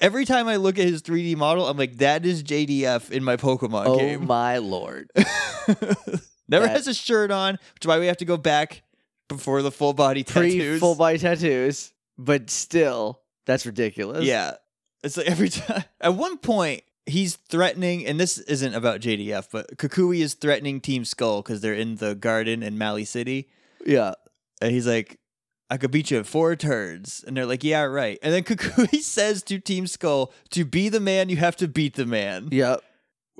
Every time I look at his 3D model, I'm like, "That is JDF in my Pokemon oh game." my lord. Never that- has a shirt on, which is why we have to go back before the full body Pre tattoos. full body tattoos, but still, that's ridiculous. Yeah. It's like every time. At one point, he's threatening, and this isn't about JDF, but Kakui is threatening Team Skull because they're in the garden in Mali City. Yeah. And he's like, I could beat you at four turns. And they're like, yeah, right. And then Kakui says to Team Skull, to be the man, you have to beat the man. Yeah.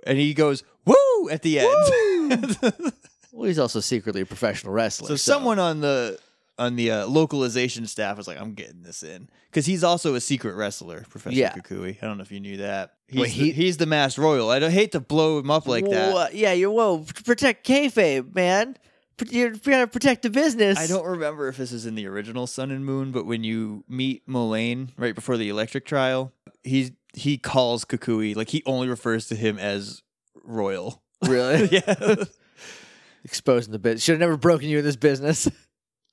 And he goes, woo, at the end. Well, he's also secretly a professional wrestler. so someone on the. On the uh, localization staff, was like, "I'm getting this in," because he's also a secret wrestler, Professor Yeah. Kukui. I don't know if you knew that. He's, Wait, the, he- he's the Mass Royal. I don't hate to blow him up like that. Wha- yeah, you whoa, p- protect kayfabe, man. Pr- You gotta protect the business. I don't remember if this is in the original Sun and Moon, but when you meet Mulane right before the electric trial, he he calls Kukui like he only refers to him as Royal. really yeah. exposing the business. Should have never broken you in this business.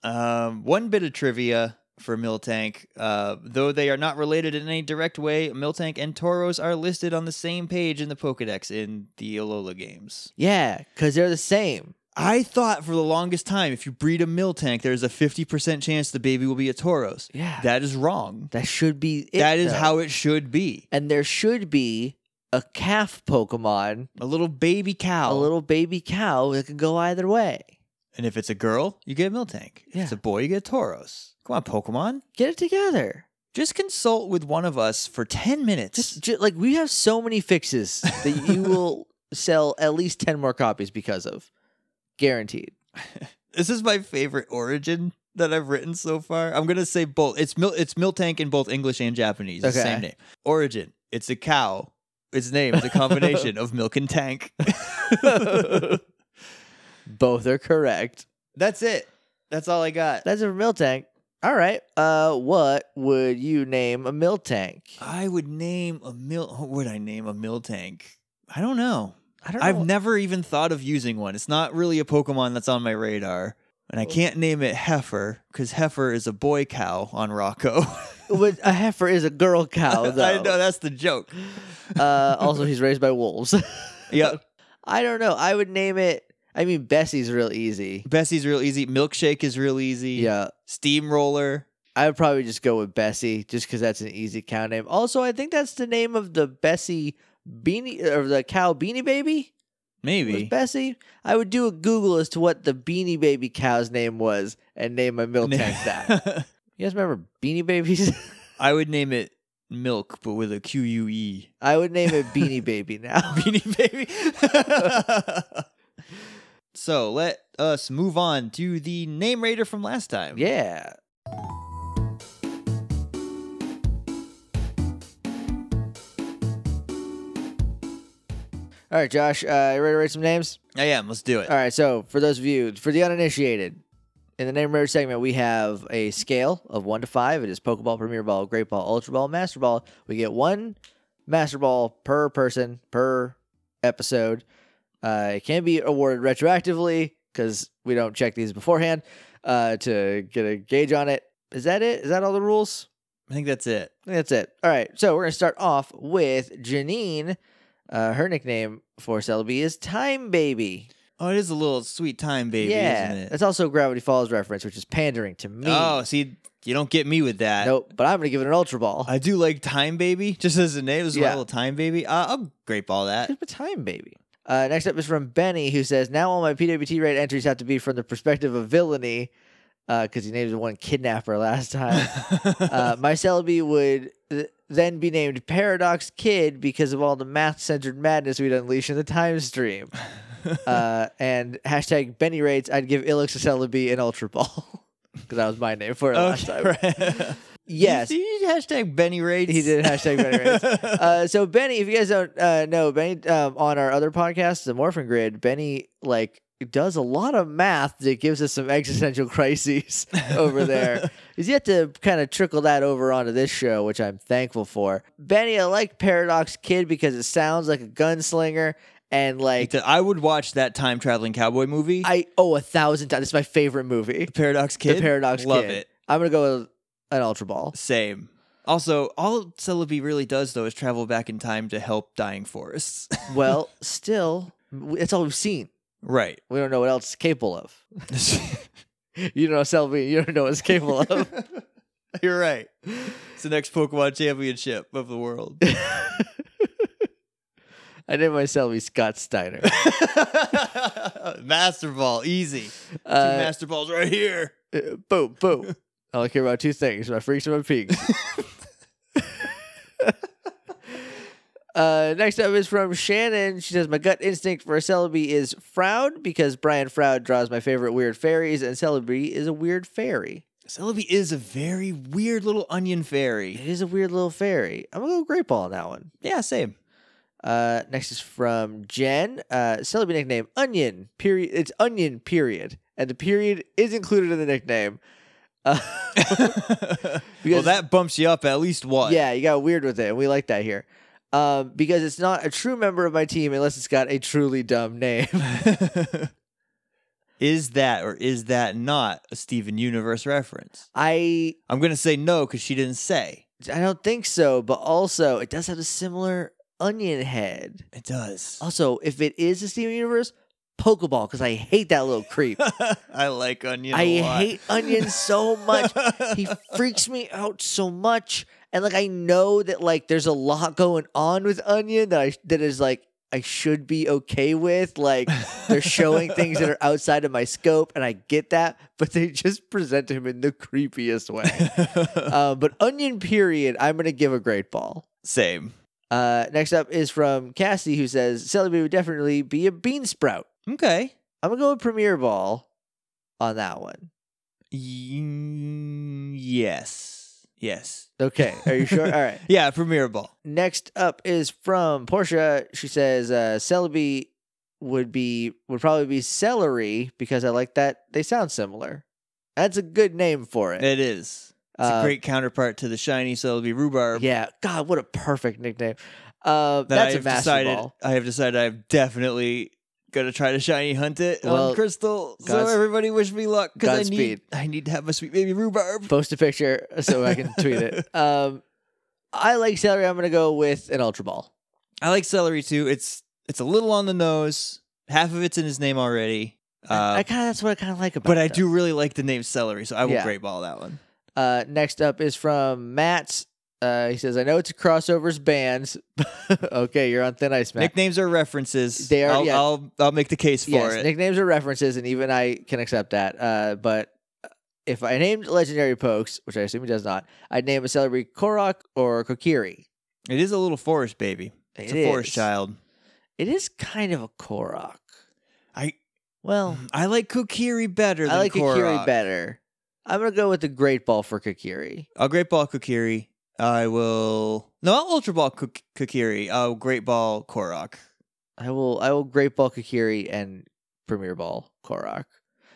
Um, one bit of trivia for Miltank. Uh, though they are not related in any direct way, Miltank and Tauros are listed on the same page in the Pokedex in the Alola games. yeah, because they're the same. I thought for the longest time, if you breed a Miltank, there's a 50% chance the baby will be a Tauros. Yeah, that, That is wrong. should be. It, that is though. how it should be. And there should be a calf Pokemon, A little baby cow. a little baby cow that could go either way. And if it's a girl, you get a Miltank. If it's Yeah. a boy, you get a Tauros. Come on, Pokemon. Get it together. Just consult with one of us for 10 minutes. Just, ju- like we have so many fixes that you will sell at least ten more copies because of, guaranteed. This is my favorite origin that I've written so far. I'm gonna say both. It's Mil- it's Miltank in both English and Japanese. It's the Okay. same name. Origin. It's a cow. Its name is a combination of milk and tank. Both are correct. That's it. That's all I got. That's a mill tank. All right. Uh, what would you name a mill tank? I would name a mill. What would I name a mill tank? I don't know. I don't know. I've never even thought of using one. It's not really a Pokemon that's on my radar. And I can't name it Heifer because Heifer is a boy cow on Rocco. But a heifer is a girl cow, though. I know that's the joke. Uh, also, he's raised by wolves. Yep. I don't know. I would name it. I mean, Bessie's real easy. Bessie's real easy. Milkshake is real easy. Yeah, Steamroller. I would probably just go with Bessie, just because that's an easy cow name. Also, I think that's the name of the Bessie beanie or the cow Beanie Baby. Was Maybe. Bessie? I would do a Google as to what the Beanie Baby cow's name was and name my milk tank that. You guys remember Beanie Babies? I would name it Milk, but with a Q U E. I would name it Beanie Baby now. Beanie Baby. so let us move on to the name raider from last time. yeah. All right, Josh. Uh, you ready to write some names? I am. Let's do it. All right. So, for those of you, for the uninitiated, in the name rare segment, we have a scale of one to five. It is Pokeball, Premier Ball, Great Ball, Ultra Ball, Master Ball. We get one Master Ball per person per episode. Uh, it can be awarded retroactively because we don't check these beforehand uh, to get a gauge on it. Is that it? Is that all the rules? I think that's it. I think That's it. All right. So we're going to start off with Janine. Uh, her nickname for Celebi is Time Baby. Oh, it is a little sweet time, baby, Yeah, isn't it? it's also a Gravity Falls reference, which is pandering to me. Oh, see, you don't get me with that. nope. But I'm gonna give it an Ultra Ball. I do like Time Baby, just as a name. This is my Yeah. little Time Baby. Uh, I'll grape all that. Give it a time, baby. Uh, next up is from Benny, who says, "Now all my PWT rate entries have to be from the perspective of villainy, because he named the one kidnapper last time." uh, my Celebi would th- then be named Paradox Kid because of all the math-centered madness we'd unleash in the time stream. uh, and hashtag Benny rates, I'd give Ilix a Celebi an Ultra Ball because that was my name for it last time. right. Yes, Did you hashtag Benny Rates? He did hashtag Benny Rates. Uh, so Benny, if you guys don't uh, know, Benny um, on our other podcast, the Morphin Grid, Benny like does a lot of math that gives us some existential crises over there. He's yet to kind of trickle that over onto this show, which I'm thankful for. Benny, I like Paradox Kid because it sounds like a gunslinger and Like like that- I would watch that time traveling cowboy movie. I oh a thousand times. It's my favorite movie. Paradox Kid. the Paradox Love Kid. it. I'm gonna go with an Ultra Ball. Same. Also, all Celebi really does though is travel back in time to help dying forests. Well, still, w- that's all we've seen. right. We don't know what else it's capable of. You don't know Selby. You don't know what it's capable of. You're right. It's the next Pokemon Championship of the world. I named my Selby Scott Steiner. Master Ball, easy. Two Uh, Master Balls right here. uh, boom, boom. I only care about two things: my freaks and my peaks. Uh, next up is from Shannon. She says, My gut instinct for a Celebi is Froud because Brian Froud draws my favorite weird fairies, and Celebi is a weird fairy. Celebi is a very weird little onion It fairy. is a weird little fairy. I'm going to go Great Ball on that one. Yeah, same. Uh, next is from Jen. Uh, Celebi nickname Onion. Period. It's Onion. Period. And the period is included in the nickname. Uh, well, that bumps you up at least one. yeah, you got weird with it, and we like that here. Um, because it's not a true member of my team unless it's got a truly dumb name. is that or is that not a Steven Universe reference? I I'm going to say no because she didn't say. I don't think so, but also it does have a similar onion head. It does. Also, if it is a Steven Universe, Pokeball, because I hate that little creep. I like onion. I a lot. hate Onion so much. he freaks me out so much and like i know that like there's a lot going on with onion that i that is like i should be okay with like they're showing things that are outside of my scope and i get that but they just present him in the creepiest way uh, but onion period i'm gonna give a great ball Same. uh, next up is from cassie who says celebi would definitely be a bean sprout Okay. i'm gonna go with premier ball on that one. Y- yes. Yes. Okay. Are you sure? All right. Yeah, Premier Ball. Next up is from Portia. She says uh, Celebi would be would probably be celery because I like that they sound similar. That's a good name for it. It is. It's Uh, a great counterpart to the shiny Celebi rhubarb. Yeah. God, what a perfect nickname. Uh, that that's I a have master decided. ball. I have decided. I'm definitely gonna try to shiny hunt it Well, on Crystal. Gods- so everybody, wish me luck because I Godspeed. need. I need to have my sweet baby rhubarb. Post a picture so I can tweet it. Um, I like celery. I'm gonna go with an ultra ball. I like celery too. It's it's a little on the nose. Half of it's in his name already. I, Uh, kind of that's what I kind of like about. but I it, though. do really like the name celery, so I will Yeah. great ball that one. Uh, next up is from Matt's. Uh, he says, "I know it's a crossovers bands. okay, you're on thin ice, Matt. Nicknames are references. They are- I'll, yeah. I'll I'll make the case for yes, it. nicknames are references, and even I can accept that. Uh, but if I named legendary pokes, which I assume he does not, I'd name a celebrity Korok or Kokiri. it is a little forest baby. It's It a forest is. child. It is kind of a Korok. I Well, I like Kokiri better. Oh. I than like Kokiri Korok. better. I'm gonna go with the Great Ball for Kokiri. I'll great ball Kokiri. I will. No, I'll ultra ball Kok- Kokiri. I'll great ball Korok. I will I will Great Ball Kakiri and Premier Ball Korok.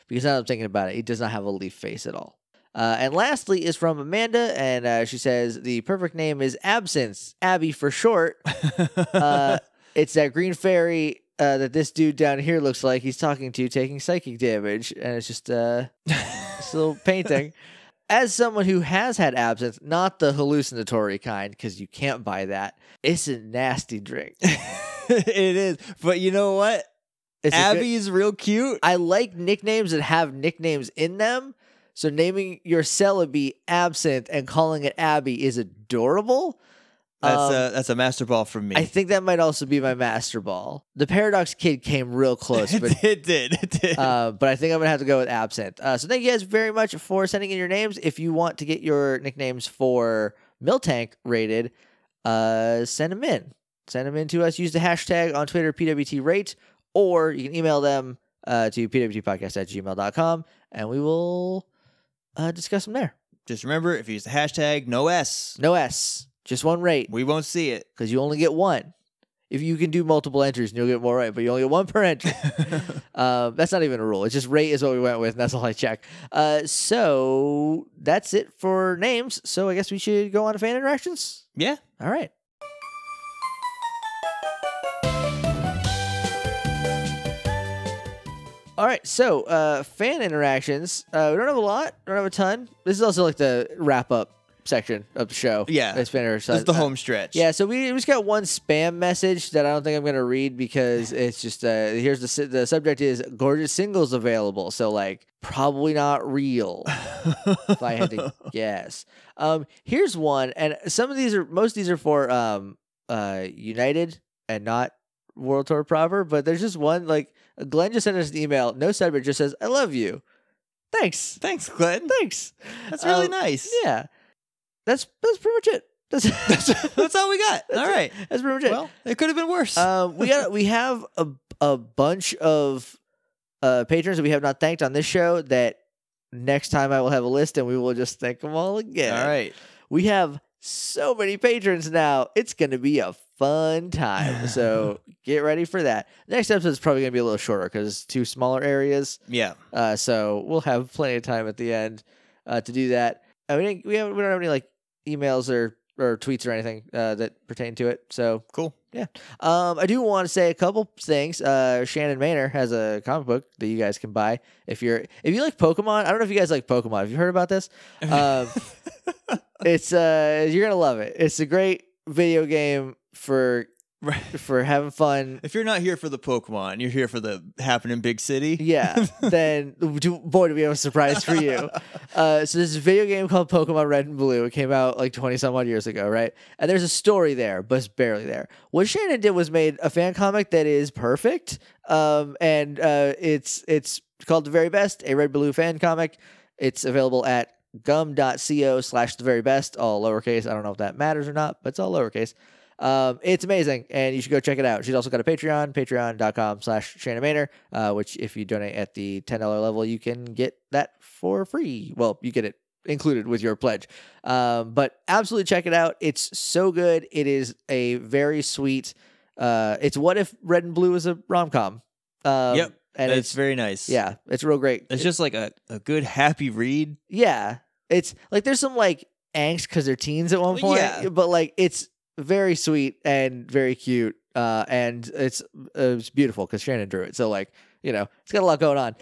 Because now that I'm thinking about it, he does not have a leaf face at all. Uh, and lastly is from Amanda, and uh, she says the perfect name is Absence, Abby for short. Uh, it's that green fairy uh, that this dude down here looks like he's talking to, taking psychic damage, and it's just uh, this little painting. As someone who has had absence, not the hallucinatory kind, because you can't buy that, it's a nasty drink. it is. But you know what? It's a good- Abby is real cute. I like nicknames that have nicknames in them. So naming your Celebi absent and calling it Abby is adorable. That's uh, Um, a that's a master ball from me. I think that might also be my master ball. The Paradox Kid came real close, but it did. It did. uh, but I think I'm gonna have to go with absent. Uh, so thank you guys very much for sending in your names. If you want to get your nicknames for Miltank rated, uh, send them in. Send them in to us. Use the hashtag on Twitter PWT rate, or you can email them uh, to pwtpodcast at gmail.com and we will uh, discuss them there. Just remember, if you use the hashtag no S, No S, just one rate we won't see it. because you only get one. If you can do multiple entries, and you'll get more right, but you only get one per entry. Um, that's not even a rule. It's just rate is what we went with. And that's all I check. Uh, so that's it for names. So I guess we should go on to fan interactions. yeah. All right. All right, so uh, fan interactions. Uh, we don't have a lot. We don't have a ton. This is also like the wrap up section of the show. Yeah. it's fan interactions. This is the Uh, home stretch. yeah, so we we just got one spam message that I don't think I'm gonna read because it's just uh, here's the su- the subject is gorgeous singles available. So like probably not real if I had to guess. Um, here's one, and some of these are most of these are for um uh United and not World Tour proper, but there's just one like Glenn just sent us an email. No subject, just says I love you. Thanks, Thanks, Glenn. thanks. That's really Um, nice. Yeah, that's that's pretty much it. That's that's, That's all we got. That's all it. right. that's pretty much it. Well, it could have been worse. Uh, we got we have a a bunch of uh, patrons that we have not thanked on this show. That next time I will have a list and we will just thank them all again. All right. we have so many patrons now. It's going to be a fun time. So get ready for that. Next episode is probably going to be a little shorter because it's two smaller areas. Yeah. Uh, so we'll have plenty of time at the end uh, to do that. Uh, we didn't, we, haven't, we don't have any like emails or or tweets or anything uh, that pertain to it. So Cool. um, I do want to say a couple things. Uh, Shannon Maynor has a comic book that you guys can buy if you're if you like Pokemon. I don't know if you guys like Pokemon. Have you heard about this? Um, it's uh, you're gonna love it. It's a great video game for Right. for having fun. If you're not here for the Pokemon, you're here for the happening big city. Yeah. then do, boy, do we have a surprise for you. Uh, so there's a video game called Pokemon Red and Blue. It came out like 20 some odd years ago, right? And there's a story there, but it's barely there. What Shannon did was made a fan comic that is perfect. Um, and uh, it's it's called The Very Best, a Red Blue fan comic. It's available at gum.co slash the very best, all lowercase. I don't know if that matters or not, but it's all lowercase. Um, it's amazing, and you should go check it out. She's also got a Patreon, patreon.com slash Shannon Maynor, uh, which if you donate at the $10 level, you can get that for free. Well, you get it included with your pledge. Um, but absolutely check it out. It's so good. It is a very sweet. Uh, it's what if Red and Blue is a rom com. Um, Yep. and it's it's very nice. yeah, it's real great. It's just like a, a good happy read. Yeah. It's like there's some like angst because they're teens at one point. Yeah. But like it's very sweet and very cute. Uh, and it's uh, it's beautiful because Shannon drew it. So like, you know, it's got a lot going on.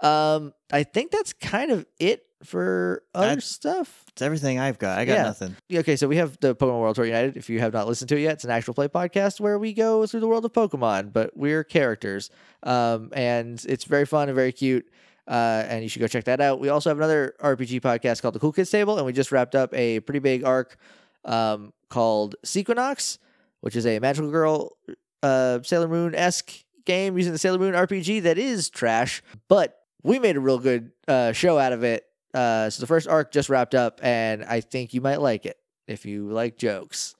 Um, I think that's kind of it for other That's- stuff. It's everything I've got. I got Yeah. nothing. Yeah, Okay, so we have the Pokemon World Tour United. If you have not listened to it yet, it's an actual play podcast where we go through the world of Pokemon, but we're characters. Um, and it's very fun and very cute. Uh, and you should go check that out. We also have another RPG podcast called The Cool Kids Table, and we just wrapped up a pretty big arc um, called Sequinox, which is a magical girl uh, Sailor Moon esque game using the Sailor Moon RPG that is trash, but we made a real good uh, show out of it. Uh, so the first arc just wrapped up, and I think you might like it if you like jokes.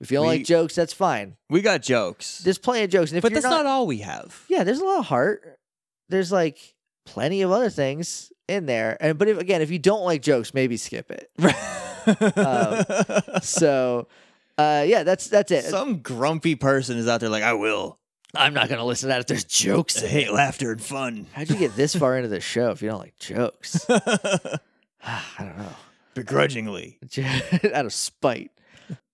If you don't We- like jokes, that's fine. We got jokes. There's plenty of jokes, and if but you're that's not, all we have. yeah, there's a lot of heart. There's like plenty of other things in there, and but if, again, if you don't like jokes, maybe skip it. Um, So, uh, yeah, that's that's it. Some grumpy person is out there like, I will. I'm not gonna listen to that if there's jokes. I hate laughter and fun. How'd you get this far into the show if you don't like jokes? I don't know. Begrudgingly. out of spite.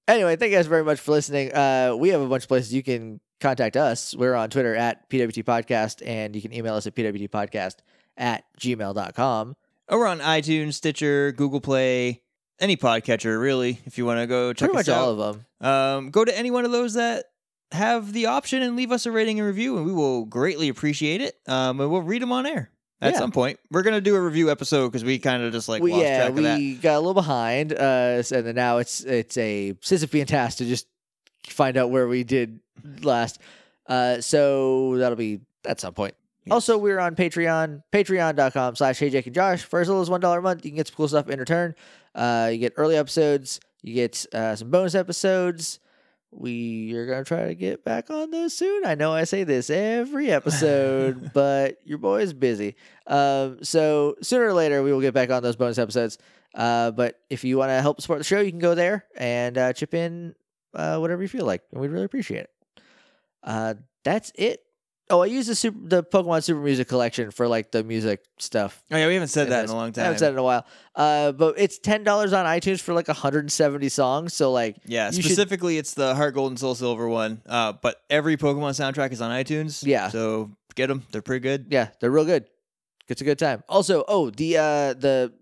Anyway, thank you guys very much for listening. Uh, we have a bunch of places you can contact us. We're on Twitter at PWT Podcast, and you can email us at PWT Podcast at gmail.com. Over on iTunes, Stitcher, Google Play, any podcatcher, really, if you want to go check Pretty us much out. all of them. Um, go to any one of those that have the option and leave us a rating and review, and we will greatly appreciate it. Um, and we'll read them on air at Yeah. some point. We're gonna do a review episode because we kind of just like we, lost yeah, track of that. we got a little behind, uh, so- and then now it's it's a Sisyphean task to just find out where we did last. Uh, so that'll be at some point. Yes. Also, we're on Patreon, patreon.com slash hey Jake and Josh. For as little as one dollar a month, you can get some cool stuff in return. Uh, you get early episodes, you get uh, some bonus episodes. We are gonna try to get back on those soon. I know I say this every episode, but your boy's busy. Um, so sooner or later, we will get back on those bonus episodes. Uh, but if you want to help support the show, you can go there and uh, chip in uh, whatever you feel like, and we'd really appreciate it. Uh, that's it. Oh, I use the super, the Pokemon Super Music Collection for like the music stuff. Oh yeah, we haven't said that in this. a long I time. haven't said it in a while. Uh, but it's ten dollars on iTunes for like 170 songs. So like, yeah, You should- specifically it's the Heart Gold and Soul Silver one. Uh, but every Pokemon soundtrack is on iTunes. Yeah. so get them; they're pretty good. yeah, they're real good. It's a good time. Also, oh, the uh the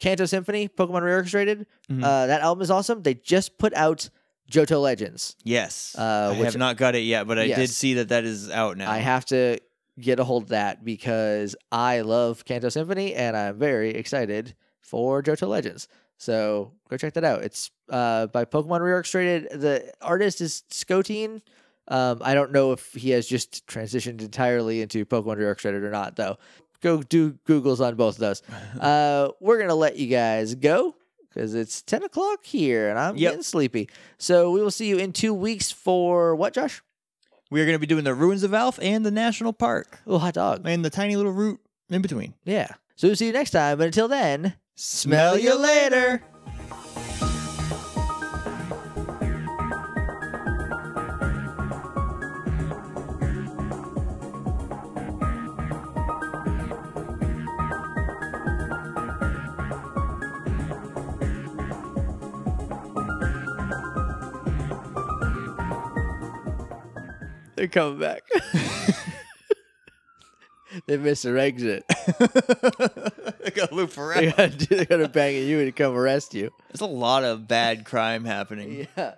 Kanto Symphony Pokemon Reorchestrated. Mhm. Uh, that album is awesome. They just put out Johto Legends. Yes, Uh, I which- have not got it yet, but I did Yes. see that that is out now. I have to get a hold of that because I love Kanto Symphony and I'm very excited for Johto Legends. So go check that out. It's uh, by Pokemon Reorchestrated. The artist is Scotine. Um, I don't know if he has just transitioned entirely into Pokemon Reorchestrated or not, though. Go do Googles on both of those. Uh, we're going to let you guys go because it's 10 o'clock here and I'm Yep. getting sleepy. So we will see you in two weeks for what, Josh? we are going to be doing the Ruins of Alf and the National Park Oh, hot dog. and the tiny little route in between. Yeah. So we'll see you next time. But until then, Smell you later. they're coming back. they missed their exit. I got loop They're forever. gonna, they're gonna bang at you and come arrest you. There's a lot of bad crime happening. Yeah.